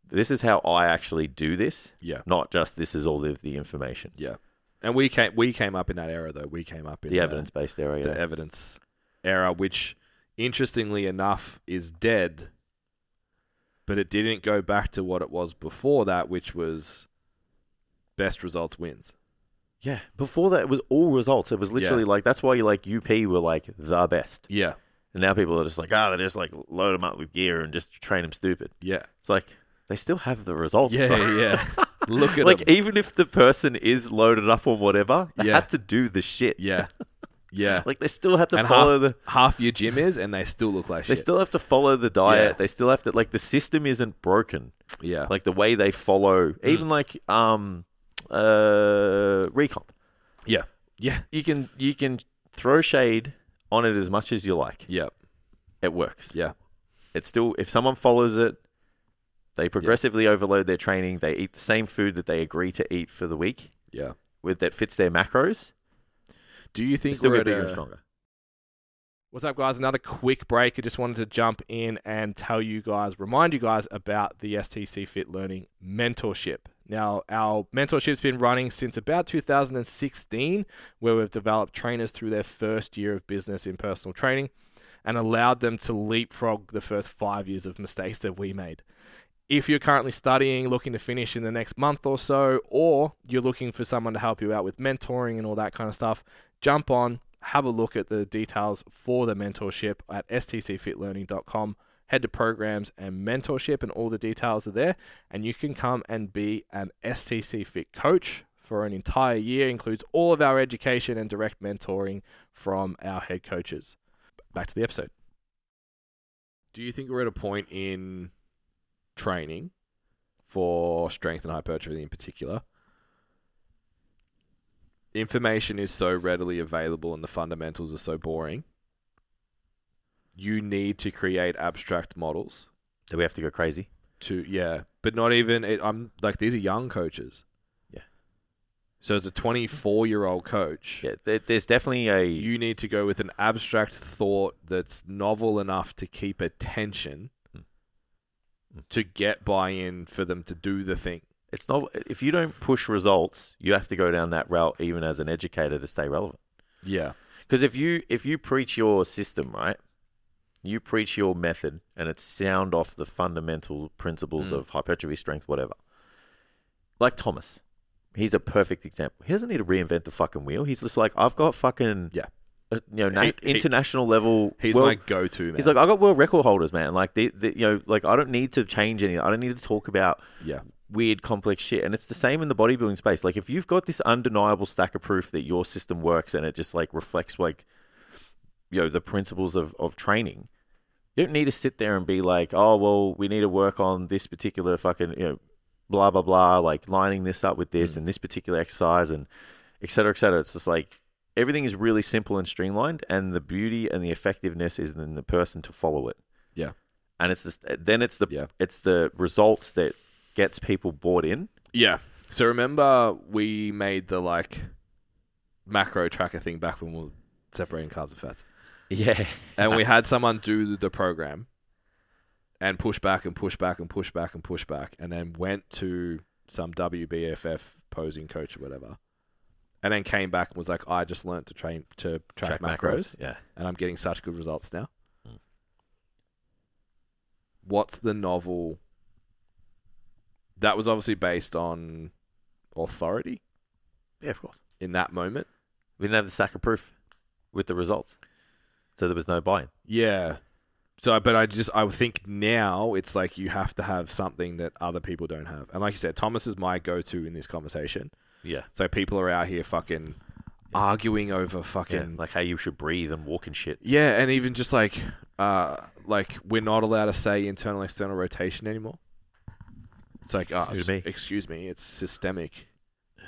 Speaker 2: this is how I actually do this,
Speaker 1: Yeah,
Speaker 2: not just this is all of the information.
Speaker 1: yeah. And we came, we came up in that era though. We came up in
Speaker 2: The
Speaker 1: uh,
Speaker 2: evidence based area.
Speaker 1: the evidence era, which interestingly enough is dead, but it didn't go back to what it was before that, which was best results wins.
Speaker 2: yeah. Before that it was all results. It was literally like that's why you like UP were like the best.
Speaker 1: Yeah,
Speaker 2: And now people are just like, ah, they just like load them up with gear and just train them stupid.
Speaker 1: yeah,
Speaker 2: It's like they still have the results.
Speaker 1: yeah,
Speaker 2: bro.
Speaker 1: yeah. Look at
Speaker 2: Like
Speaker 1: 'em.
Speaker 2: even if the person is loaded up on whatever, they
Speaker 1: Yeah.
Speaker 2: had to do the shit.
Speaker 1: yeah, yeah.
Speaker 2: Like they still had to
Speaker 1: and
Speaker 2: follow
Speaker 1: half,
Speaker 2: the.
Speaker 1: half your gym is, and they still look like
Speaker 2: They
Speaker 1: shit.
Speaker 2: still have to follow the diet.
Speaker 1: Yeah.
Speaker 2: They still have to like the system isn't broken.
Speaker 1: yeah,
Speaker 2: Like the way they follow,
Speaker 1: Mm.
Speaker 2: even like um, uh, recomp.
Speaker 1: yeah, yeah,
Speaker 2: You can you can throw shade on it as much as you like.
Speaker 1: yeah,
Speaker 2: It works.
Speaker 1: yeah,
Speaker 2: it's still if someone follows it they progressively overload their training they eat the same food that they agree to eat for the week
Speaker 1: yeah.
Speaker 2: with that fits their macros
Speaker 1: Do you
Speaker 2: they
Speaker 1: think
Speaker 2: still
Speaker 1: we're
Speaker 2: get
Speaker 1: at
Speaker 2: bigger
Speaker 1: a-
Speaker 2: and stronger
Speaker 1: What's up, guys? Another quick break. I just wanted to jump in and tell you guys, remind you guys about the STC Fit Learning Mentorship. Now, our mentorship's been running since about 2016, where we've developed trainers through their first year of business in personal training and allowed them to leapfrog the first five years of mistakes that we made. If you're currently studying, looking to finish in the next month or so, or you're looking for someone to help you out with mentoring and all that kind of stuff, jump on, have a look at the details for the mentorship at stcfitlearning.com. Head to programs and mentorship, and all the details are there. And you can come and be an STC Fit coach for an entire year, includes all of our education and direct mentoring from our head coaches. Back to the episode. Do you think we're at a point in training for strength and hypertrophy in particular information is so readily available and the fundamentals are so boring. You need to create abstract models
Speaker 2: Do we have to go crazy?
Speaker 1: to yeah, but not even it, I'm like these are young coaches.
Speaker 2: Yeah.
Speaker 1: So as a 24 year old coach,
Speaker 2: Yeah, there, there's definitely a
Speaker 1: you need to go with an abstract thought that's novel enough to keep attention
Speaker 2: Mm.
Speaker 1: to get buy in for them to do the thing.
Speaker 2: It's not if you don't push results, you have to go down that route even as an educator to stay relevant.
Speaker 1: Yeah.
Speaker 2: Because if you if you preach your system right, you preach your method, and it's sound off the fundamental
Speaker 1: Mm.
Speaker 2: principles of hypertrophy, strength, whatever. Like Thomas, he's a perfect example. He doesn't need to reinvent the fucking wheel. He's just like I've got fucking
Speaker 1: Yeah.
Speaker 2: uh, you know na-
Speaker 1: He- he-
Speaker 2: international level.
Speaker 1: He's
Speaker 2: world-
Speaker 1: my go to man.
Speaker 2: He's like, I got world record holders, man. Like, the, the, you know, like I don't need to change anything. I don't need to talk about
Speaker 1: yeah.
Speaker 2: weird complex shit and it's the same in the bodybuilding space like if you've got this undeniable stack of proof that your system works and it just like reflects like you know the principles of, of training you don't need to sit there and be like oh well we need to work on this particular fucking you know blah blah blah like lining this up with this and this particular exercise and et cetera et cetera it's just like everything is really simple and streamlined and the beauty and the effectiveness is in the person to follow it
Speaker 1: Yeah.
Speaker 2: and it's the, then it's the
Speaker 1: Yeah.
Speaker 2: it's the results that gets people bought in.
Speaker 1: Yeah. So remember we made the like macro tracker thing back when we were separating carbs and fats.
Speaker 2: Yeah,
Speaker 1: And we had someone do the program and push back and push back and push back and push back and then went to some WBFF posing coach or whatever. And then came back and was like, I just learnt to train to track, macros,
Speaker 2: Yeah,
Speaker 1: and I'm getting such good results now. What's the novel? That was obviously based on authority.
Speaker 2: yeah, of course.
Speaker 1: in that moment.
Speaker 2: We didn't have the stack of proof with the results, so there was no buy-in.
Speaker 1: Yeah. So, but I just I think now it's like you have to have something that other people don't have, and like you said, Thomas is my go-to in this conversation.
Speaker 2: Yeah,
Speaker 1: So people are out here fucking arguing over
Speaker 2: yeah,
Speaker 1: fucking yeah.
Speaker 2: like how you should breathe and walk and shit.
Speaker 1: and even just like uh like we're not allowed to say internal external rotation anymore. It's like uh,
Speaker 2: Excuse me.
Speaker 1: excuse me, it's systemic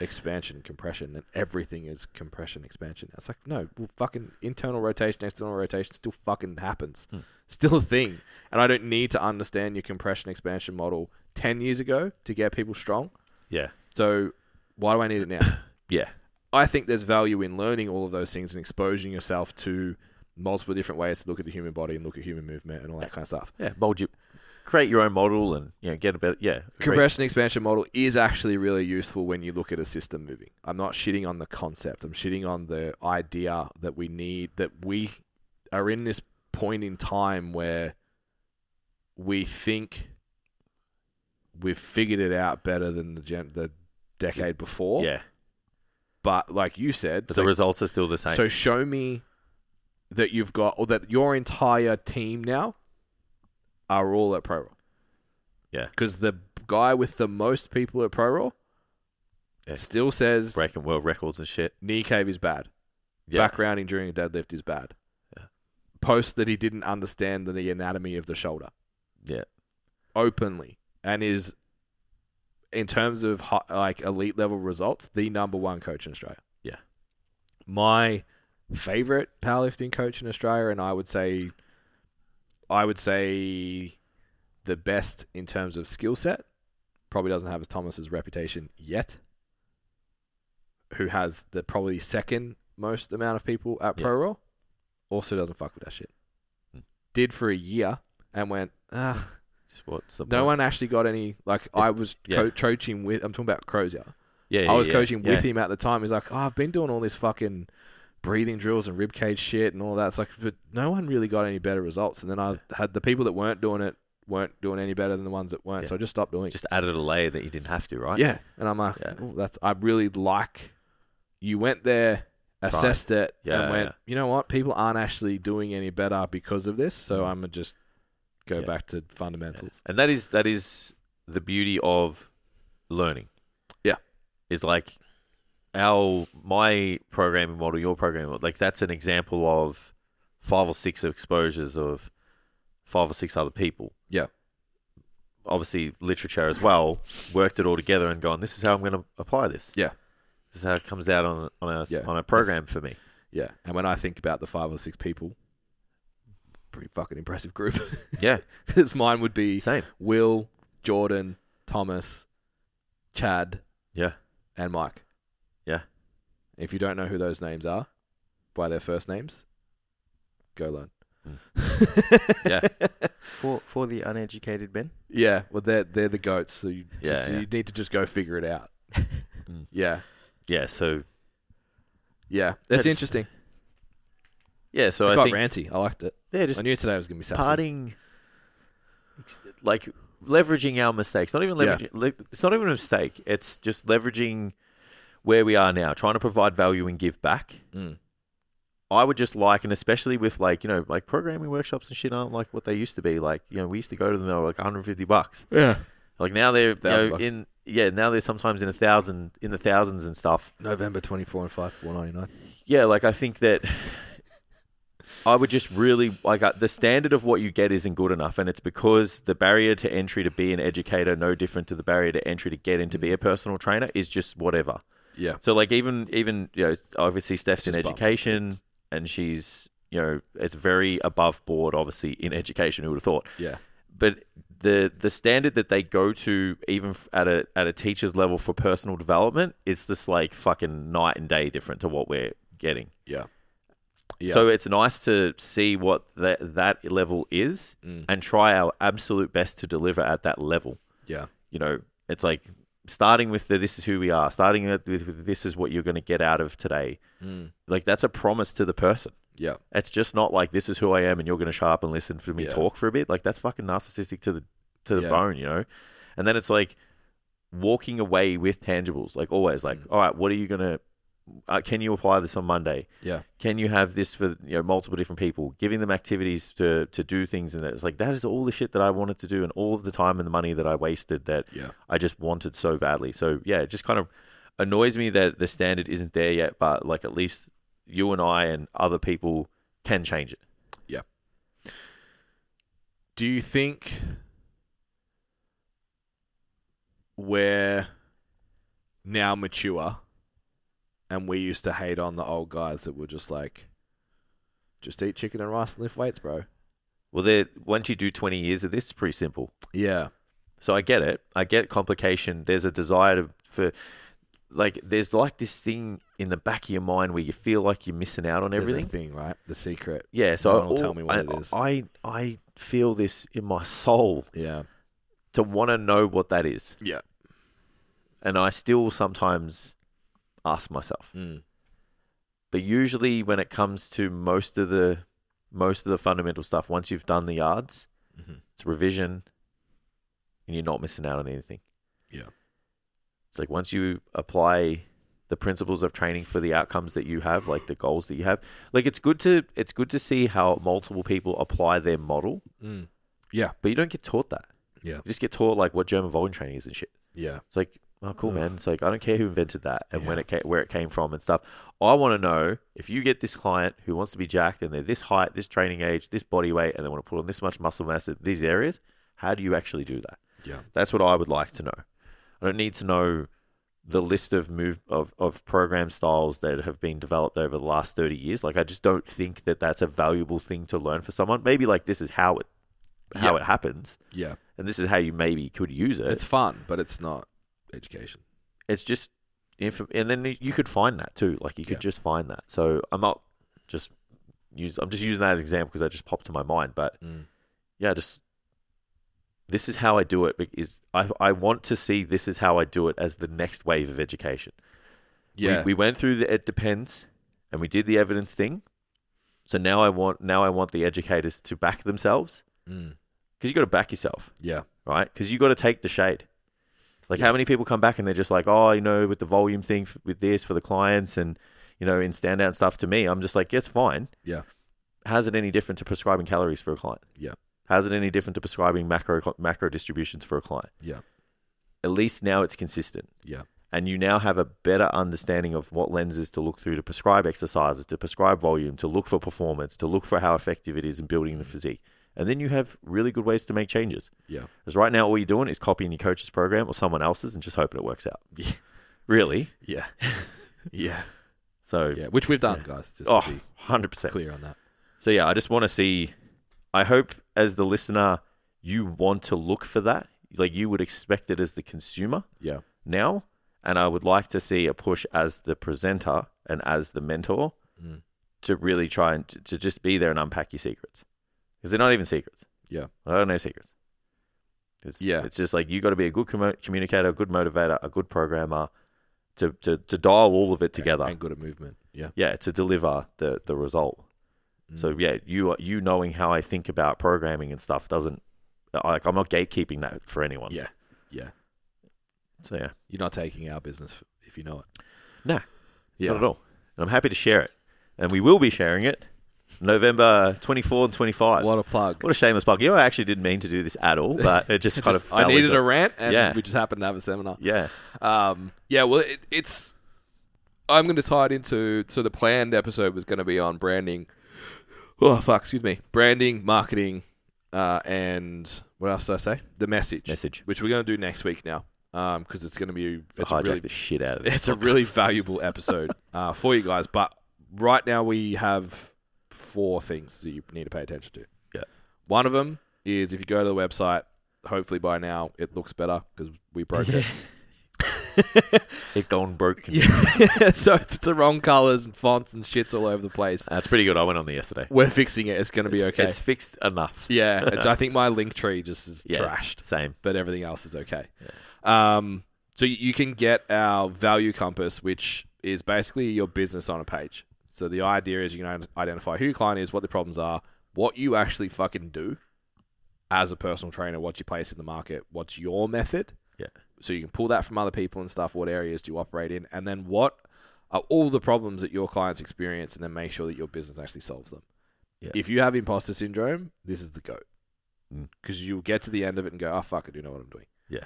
Speaker 1: expansion compression, and everything is compression expansion. It's like no, well, fucking internal rotation, external rotation still fucking happens,
Speaker 2: Hmm.
Speaker 1: still a thing. And I don't need to understand your compression expansion model ten years ago to get people strong.
Speaker 2: Yeah,
Speaker 1: So why do I need it now?
Speaker 2: yeah,
Speaker 1: I think there's value in learning all of those things and exposing yourself to multiple different ways to look at the human body and look at human movement and all that kind of stuff.
Speaker 2: yeah. Mold you, create your own model, and you know, get a better. Yeah, agree.
Speaker 1: Compression expansion model is actually really useful when you look at a system moving. I'm not shitting on the concept. I'm shitting on the idea that we need that we are in this point in time where we think we've figured it out better than the gen- the decade before.
Speaker 2: Yeah,
Speaker 1: But like you said,
Speaker 2: but
Speaker 1: like-
Speaker 2: the results are still the same.
Speaker 1: So show me that you've got, or that your entire team now are all at Pro Raw.
Speaker 2: Yeah.
Speaker 1: Because the guy with the most people at Pro Raw
Speaker 2: Yeah.
Speaker 1: still says
Speaker 2: Breaking world records and shit.
Speaker 1: knee cave is bad.
Speaker 2: Yeah,
Speaker 1: Backgrounding during a deadlift is bad.
Speaker 2: Yeah.
Speaker 1: Post that he didn't understand the anatomy of the shoulder
Speaker 2: yeah,
Speaker 1: openly and is, in terms of hi- like elite level results, the number one coach in Australia.
Speaker 2: Yeah.
Speaker 1: My favorite powerlifting coach in Australia, and I would say, I would say, the best in terms of skill set. Probably doesn't have as Thomas's reputation yet. Who has the probably second most amount of people at
Speaker 2: Yeah. Hmm.
Speaker 1: Pro Raw? Also doesn't fuck with that shit. Did for a year and went, ah,
Speaker 2: Just what's the
Speaker 1: No
Speaker 2: point?
Speaker 1: one actually got any. Like I was
Speaker 2: Yeah.
Speaker 1: co- coaching with. I'm talking about Crozier.
Speaker 2: Yeah,
Speaker 1: I was
Speaker 2: yeah,
Speaker 1: coaching
Speaker 2: yeah.
Speaker 1: with him at the time. He's like, oh, I've been doing all this fucking breathing drills and rib cage shit and all that. It's like, but no one really got any better results. And then I had the people that weren't doing it weren't doing any better than the ones that weren't.
Speaker 2: Yeah.
Speaker 1: So I just stopped doing it.
Speaker 2: Just added a layer that you didn't have to, right?
Speaker 1: Yeah, and I'm like,
Speaker 2: Yeah.
Speaker 1: "Ooh, that's I really like. You went there, assessed it,
Speaker 2: Yeah,
Speaker 1: and went.
Speaker 2: yeah.
Speaker 1: You know what? People aren't actually doing any better because of this. So I'm gonna just go
Speaker 2: Mm. Yeah.
Speaker 1: back to fundamentals.
Speaker 2: And that is that is the beauty of learning.
Speaker 1: Yeah.
Speaker 2: Is like our my programming model, your programming model, like that's an example of five or six exposures of five or six other people.
Speaker 1: Yeah.
Speaker 2: Obviously literature as well, worked it all together and gone, This is how I'm gonna apply this.
Speaker 1: Yeah.
Speaker 2: This is how it comes out on a- on a
Speaker 1: Yeah.
Speaker 2: on a program for me.
Speaker 1: Yeah, and when I think about the five or six people, pretty fucking impressive group.
Speaker 2: Yeah.
Speaker 1: Because mine would be
Speaker 2: Same.
Speaker 1: Will, Jordan, Thomas, Chad,
Speaker 2: Yeah.
Speaker 1: and Mike.
Speaker 2: Yeah.
Speaker 1: If you don't know who those names are by their first names, go learn.
Speaker 2: Mm.
Speaker 1: yeah.
Speaker 3: For for the uneducated Ben.
Speaker 1: Yeah. Well, they're they're the goats, so you
Speaker 2: Yeah,
Speaker 1: just,
Speaker 2: yeah. Mm.
Speaker 1: you need to just go figure it out. yeah.
Speaker 2: Yeah, so
Speaker 1: Yeah. That's
Speaker 2: That's-
Speaker 1: interesting.
Speaker 2: yeah, so
Speaker 1: So
Speaker 2: I,
Speaker 1: I got
Speaker 2: think
Speaker 1: ranty. I liked it.
Speaker 2: yeah, just
Speaker 1: I knew today was gonna be sassy.
Speaker 2: parting, ex- like leveraging our mistakes. Not even
Speaker 1: Yeah.
Speaker 2: leveraging. le- It's not even a mistake. It's just leveraging where we are now, trying to provide value and give back.
Speaker 1: Mm.
Speaker 2: I would just like, and especially with like you know, like programming workshops and shit aren't like what they used to be. Like you know, we used to go to them they were like 150 bucks.
Speaker 1: Yeah.
Speaker 2: Like now they're you
Speaker 1: Thousand
Speaker 2: know,
Speaker 1: bucks.
Speaker 2: in yeah now they're sometimes in a thousand in the thousands and stuff.
Speaker 1: November twenty four and five four ninety nine.
Speaker 2: yeah, like I think that I would just really like I, the standard of what you get isn't good enough, and it's because the barrier to entry to be an educator, no different to the barrier to entry to get in to be a personal trainer, is just whatever.
Speaker 1: Yeah.
Speaker 2: So like even even you know obviously Steph's in
Speaker 1: Just bumps and
Speaker 2: education, and she's you know it's very above board, obviously in education. Who would have thought?
Speaker 1: Yeah.
Speaker 2: but the the standard that they go to even f- at a at a teacher's level for personal development is just like fucking night and day different to what we're getting.
Speaker 1: Yeah. Yeah.
Speaker 2: So it's nice to see what that that level is
Speaker 1: Mm.
Speaker 2: and try our absolute best to deliver at that level.
Speaker 1: yeah.
Speaker 2: You know, it's like starting with the this is who we are, starting with, with this is what you're going to get out of today.
Speaker 1: Mm.
Speaker 2: Like that's a promise to the person.
Speaker 1: Yeah.
Speaker 2: It's just not like this is who I am and you're going to shut up and listen for me
Speaker 1: Yeah.
Speaker 2: talk for a bit. Like that's fucking narcissistic to the to the
Speaker 1: Yeah.
Speaker 2: bone, you know. And then it's like walking away with tangibles, like always, like
Speaker 1: Mm.
Speaker 2: all right, what are you gonna? Uh, can you apply this on Monday?
Speaker 1: Yeah.
Speaker 2: Can you have this for you know multiple different people? Giving them activities to to do things, and it's like that is all the shit that I wanted to do, and all of the time and the money that I wasted that
Speaker 1: Yeah.
Speaker 2: I just wanted so badly. So yeah, it just kind of annoys me that the standard isn't there yet, but like at least you and I and other people can change it.
Speaker 1: Do you think we're now mature and we used to hate on the old guys that were just like, just eat chicken and rice and lift weights, bro?
Speaker 2: Well, there once you do 20 years of this, it's pretty simple.
Speaker 1: Yeah.
Speaker 2: So I get it. I get complication. There's a desire to, for like there's like this thing in the back of your mind where you feel like you're missing out on everything.
Speaker 1: Everything. thing, right? The secret.
Speaker 2: yeah, so
Speaker 1: no
Speaker 2: I-
Speaker 1: one will tell me what
Speaker 2: I,
Speaker 1: it is.
Speaker 2: I I feel this in my soul
Speaker 1: Yeah.
Speaker 2: to want to know what that is,
Speaker 1: Yeah.
Speaker 2: and I still sometimes ask myself.
Speaker 1: Mm.
Speaker 2: But usually, when it comes to most of the most of the fundamental stuff, once you've done the yards,
Speaker 1: Mhm.
Speaker 2: it's revision, and you're not missing out on anything.
Speaker 1: Yeah.
Speaker 2: It's like once you apply the principles of training for the outcomes that you have, like the goals that you have, like it's good to it's good to see how multiple people apply their model,
Speaker 1: Mm.
Speaker 2: but you don't get taught that.
Speaker 1: Yeah.
Speaker 2: You just get taught like what German Volgen training is and shit.
Speaker 1: Yeah.
Speaker 2: It's like, oh, cool,
Speaker 1: Ugh.
Speaker 2: man. It's like I don't care who invented that and when
Speaker 1: Yeah.
Speaker 2: it came, where it came from and stuff. I want to know if you get this client who wants to be jacked and they're this height, this training age, this body weight, and they want to put on this much muscle mass at these areas. How do you actually do that?
Speaker 1: Yeah.
Speaker 2: That's what I would like to know. I don't need to know the list of move of, of program styles that have been developed over the last 30 years like i just don't think that that's a valuable thing to learn for someone maybe like this is how it how
Speaker 1: Yeah.
Speaker 2: it happens
Speaker 1: Yeah.
Speaker 2: and this is how you maybe could use it
Speaker 1: It's fun, but it's not education.
Speaker 2: it's just if and then you could find that too like you could
Speaker 1: Yeah.
Speaker 2: just find that so i'm not just use i'm just using that as an example because that just popped to my mind but
Speaker 1: Mm.
Speaker 2: yeah just this is how I do it. Is I I want to see this is how I do it as the next wave of education.
Speaker 1: Yeah.
Speaker 2: We, we went through the it depends, and we did the evidence thing. So now I want now I want the educators to back themselves
Speaker 1: Mm.
Speaker 2: because you got to back yourself,
Speaker 1: yeah.
Speaker 2: right? Because you got to take the shade. Like how many people come back and they're just like, oh, you know, with the volume thing f- with this for the clients and you know in standout stuff to me, I'm just like, yeah, it's fine.
Speaker 1: Yeah.
Speaker 2: How's it any different to prescribing calories for a client?
Speaker 1: Yeah.
Speaker 2: How's it any different to prescribing macro macro distributions for a client?
Speaker 1: Yeah.
Speaker 2: At least now it's consistent
Speaker 1: Yeah.
Speaker 2: and you now have a better understanding of what lenses to look through to prescribe exercises, to prescribe volume, to look for performance, to look for how effective it is in building the physique. And then you have really good ways to make changes.
Speaker 1: Mm. Yeah.
Speaker 2: Because right now, all you're doing is copying your coach's program or someone else's and just hoping it works out. really?
Speaker 1: Yeah. yeah.
Speaker 2: So,
Speaker 1: Yeah. Which we've done, guys. Just
Speaker 2: oh,
Speaker 1: to be
Speaker 2: 100%.
Speaker 1: clear on that.
Speaker 2: So, yeah, I just want to see. I hope as the listener, you want to look for that. Like you would expect it as the consumer.
Speaker 1: Yeah.
Speaker 2: now, and I would like to see a push as the presenter and as the mentor
Speaker 1: Mm.
Speaker 2: to really try and to, to just be there and unpack your secrets because they're not even secrets.
Speaker 1: Yeah.
Speaker 2: I don't know secrets. It's,
Speaker 1: Yeah.
Speaker 2: it's just like you got to be a good commo- communicator, a good motivator, a good programmer to to to dial all of it together.
Speaker 1: And good at movement. Yeah.
Speaker 2: yeah, to deliver the the result.
Speaker 1: Mm.
Speaker 2: So yeah, you you knowing how I think about programming and stuff doesn't like I'm not gatekeeping that for anyone.
Speaker 1: Yeah. Yeah.
Speaker 2: So yeah.
Speaker 1: You're not taking our business f- if you know it.
Speaker 2: No,
Speaker 1: Yeah.
Speaker 2: Not at all. And I'm happy to share it. And we will be sharing it November 24 and 25.
Speaker 1: What a plug.
Speaker 2: What a shameless plug. You know, I actually didn't mean to do this at all, but it just kind
Speaker 1: Just-
Speaker 2: of
Speaker 1: I
Speaker 2: fell
Speaker 1: needed
Speaker 2: into-
Speaker 1: a rant, and
Speaker 2: Yeah.
Speaker 1: we just happened to have a seminar.
Speaker 2: Yeah.
Speaker 1: Um, yeah, well, it, it's. I'm going to tie it into. So the planned episode was going to be on branding. Oh fuck! Excuse me. Branding, marketing, uh, and what else did I say? The message,
Speaker 2: Message.
Speaker 1: which we're going to do next week now, because it's going to be it's a
Speaker 2: hijacked
Speaker 1: really
Speaker 2: the shit out of it.
Speaker 1: it's a really valuable episode uh, for you guys. But right now we have four things that you need to pay attention to.
Speaker 2: Yeah.
Speaker 1: One of them is if you go to the website. Hopefully by now it looks better because we broke it.
Speaker 2: It gone broke.
Speaker 1: so if it's the wrong colors and fonts and shits all over the place,
Speaker 2: That's pretty good. I went on there yesterday.
Speaker 1: we're fixing it. It's going to be okay.
Speaker 2: It's fixed enough.
Speaker 1: yeah, it's, I think my link tree just is
Speaker 2: Yeah.
Speaker 1: trashed,
Speaker 2: Same.
Speaker 1: but everything else is okay. Um, so you- you can get our value compass, which is basically your business on a page. So the idea is you can identify who your client is, what the problems are, what you actually fucking do as a personal trainer, what you place in the market, what's your method,
Speaker 2: Yeah.
Speaker 1: so you can pull that from other people and stuff. What areas do you operate in, and then what are all the problems that your clients experience, and then make sure that your business actually solves them.
Speaker 2: Yeah.
Speaker 1: If you have imposter syndrome, this is the goat
Speaker 2: Mm.
Speaker 1: because you'll get to the end of it and go, "Oh fuck, I do know what I'm doing."
Speaker 2: Yeah.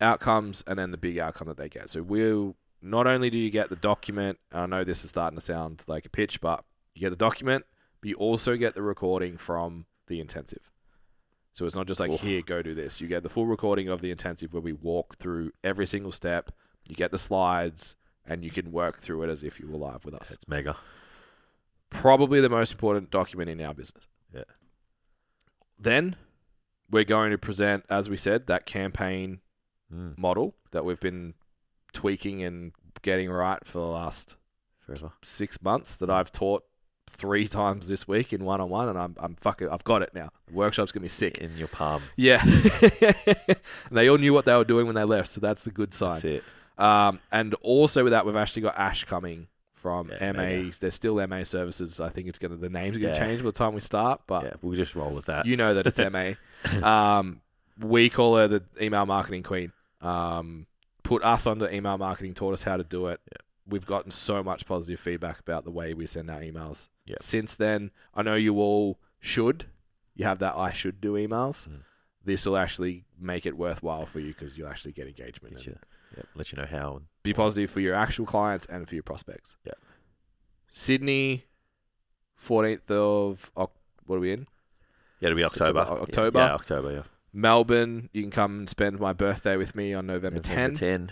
Speaker 1: Outcomes, and then the big outcome that they get. So we'll not only do you get the document. and I know this is starting to sound like a pitch, but you get the document, but you also get the recording from the intensive. So it's not just like,
Speaker 2: Oof.
Speaker 1: here, go do this. You get the full recording of the intensive where we walk through every single step. You get the slides, and you can work through it as if you were live with us.
Speaker 2: It's mega.
Speaker 1: Probably the most important document in our business.
Speaker 2: Yeah.
Speaker 1: Then we're going to present, as we said, that campaign
Speaker 2: Mm.
Speaker 1: model that we've been tweaking and getting right for the last
Speaker 2: Forever.
Speaker 1: six months that I've taught three times this week in one on one, and I'm I'm fucking I've got it now. The workshop's gonna be sick.
Speaker 2: In your palm.
Speaker 1: Yeah, and they all knew what they were doing when they left, so that's a good sign.
Speaker 2: That's it.
Speaker 1: Um, and also with that, we've actually got Ash coming from
Speaker 2: Yeah,
Speaker 1: MA.
Speaker 2: mega.
Speaker 1: There's still MA services. I think it's gonna the name's gonna
Speaker 2: Yeah.
Speaker 1: change by the time we start, but
Speaker 2: Yeah, we'll just roll with that.
Speaker 1: you know that it's MA. Um, we call her the email marketing queen. Um, put us under email marketing, taught us how to do it. We've gotten so much positive feedback about the way we send our emails.
Speaker 2: Yeah.
Speaker 1: Since then, I know you all should. You have that I should do emails.
Speaker 2: Mm.
Speaker 1: This will actually make it worthwhile for you because you'll actually get engagement.
Speaker 2: Let
Speaker 1: and
Speaker 2: you- yep, let you know how.
Speaker 1: Be positive for your actual clients and for your prospects.
Speaker 2: Yeah.
Speaker 1: Sydney, 14th of Oc- what are we in?
Speaker 2: Yeah, it'll be October.
Speaker 1: September, October.
Speaker 2: Yeah, yeah, October, yeah.
Speaker 1: Melbourne, you can come and spend my birthday with me on November 10.
Speaker 2: November 10.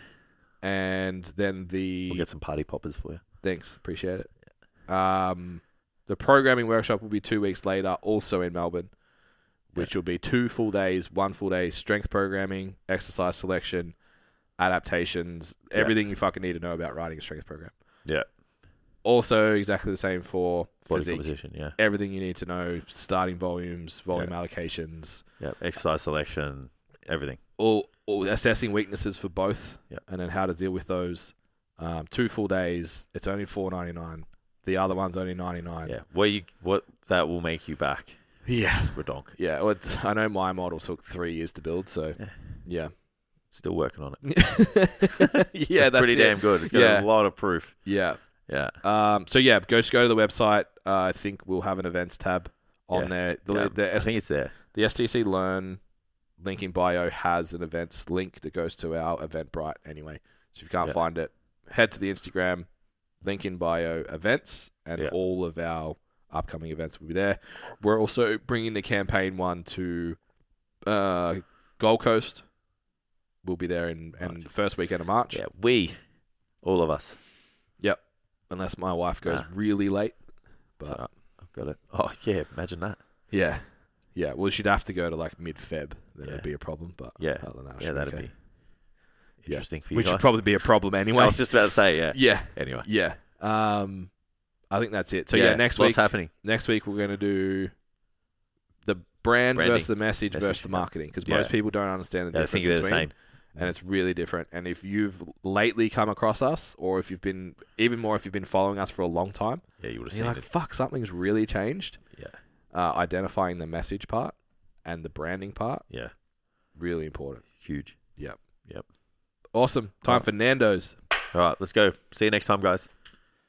Speaker 1: And then the
Speaker 2: We'll get some party poppers for you.
Speaker 1: thanks, appreciate it. Um, the programming workshop will be two weeks later, also in Melbourne, which will be two full days, one full day strength programming, exercise selection, adaptations, everything you fucking need to know about writing a strength program.
Speaker 2: Yeah.
Speaker 1: Also, exactly the same for
Speaker 2: Body
Speaker 1: physique.
Speaker 2: composition, yeah.
Speaker 1: Everything you need to know: starting volumes, volume allocations,
Speaker 2: Yeah, exercise selection, everything.
Speaker 1: all, all assessing weaknesses for both,
Speaker 2: Yeah.
Speaker 1: and then how to deal with those. Um, two full days. It's only four ninety nine. The other one's only ninety nine.
Speaker 2: Yeah, what you what that will make you back,
Speaker 1: yeah,
Speaker 2: Redonk.
Speaker 1: yeah. Well, it's- I know my model took three years to build, so
Speaker 2: Yeah.
Speaker 1: yeah,
Speaker 2: Still working on it.
Speaker 1: yeah,
Speaker 2: it's
Speaker 1: that's
Speaker 2: pretty
Speaker 1: it.
Speaker 2: damn good. It's got
Speaker 1: Yeah.
Speaker 2: a lot of proof.
Speaker 1: Yeah.
Speaker 2: Yeah,
Speaker 1: Um, so yeah, go just go to the website. Uh, I think we'll have an events tab on
Speaker 2: Yeah.
Speaker 1: there. The,
Speaker 2: Yeah,
Speaker 1: the,
Speaker 2: I
Speaker 1: S-
Speaker 2: think it's there.
Speaker 1: the STC Learn link in bio has an events link that goes to our Eventbrite anyway. So if you can't
Speaker 2: Yeah.
Speaker 1: find it, head to the Instagram link in bio events, and
Speaker 2: Yeah.
Speaker 1: all of our upcoming events will be there. We're also bringing the campaign one to uh, Gold Coast. We'll be there in, in
Speaker 2: March.
Speaker 1: the first weekend of March,
Speaker 2: Yeah, we, all of us.
Speaker 1: unless my wife goes
Speaker 2: Nah.
Speaker 1: really late. But
Speaker 2: So, I've got it. Oh yeah, imagine that.
Speaker 1: Yeah. Yeah. Well, she'd have to go to like mid Feb. Then
Speaker 2: Yeah.
Speaker 1: it'd be a problem. But
Speaker 2: Yeah.
Speaker 1: other than that,
Speaker 2: yeah, that'd
Speaker 1: Oh,
Speaker 2: be
Speaker 1: Yeah.
Speaker 2: interesting for you
Speaker 1: Which
Speaker 2: guys.
Speaker 1: would probably be a problem anyway.
Speaker 2: I was just about to say, yeah.
Speaker 1: yeah.
Speaker 2: Anyway,
Speaker 1: Yeah. Um, I think that's it. So yeah, next
Speaker 2: what's
Speaker 1: week.
Speaker 2: happening?
Speaker 1: next week we're going to do the brand
Speaker 2: Branding.
Speaker 1: versus the message,
Speaker 2: Message,
Speaker 1: versus the
Speaker 2: yeah.
Speaker 1: marketing because
Speaker 2: Yeah.
Speaker 1: most people don't understand the
Speaker 2: Yeah, I
Speaker 1: difference
Speaker 2: think they're the
Speaker 1: between.
Speaker 2: same.
Speaker 1: And it's really different. And if you've lately come across us, or if you've been even more, if you've been following us for a long time,
Speaker 2: Yeah, you would have
Speaker 1: you're
Speaker 2: seen
Speaker 1: like,
Speaker 2: it.
Speaker 1: "Fuck, something's really changed."
Speaker 2: Yeah,
Speaker 1: Uh, identifying the message part and the branding part
Speaker 2: yeah,
Speaker 1: really important.
Speaker 2: huge.
Speaker 1: Yep.
Speaker 2: Yep.
Speaker 1: Awesome. Time
Speaker 2: Right.
Speaker 1: for Nando's.
Speaker 2: All right, let's go. See you next time, guys.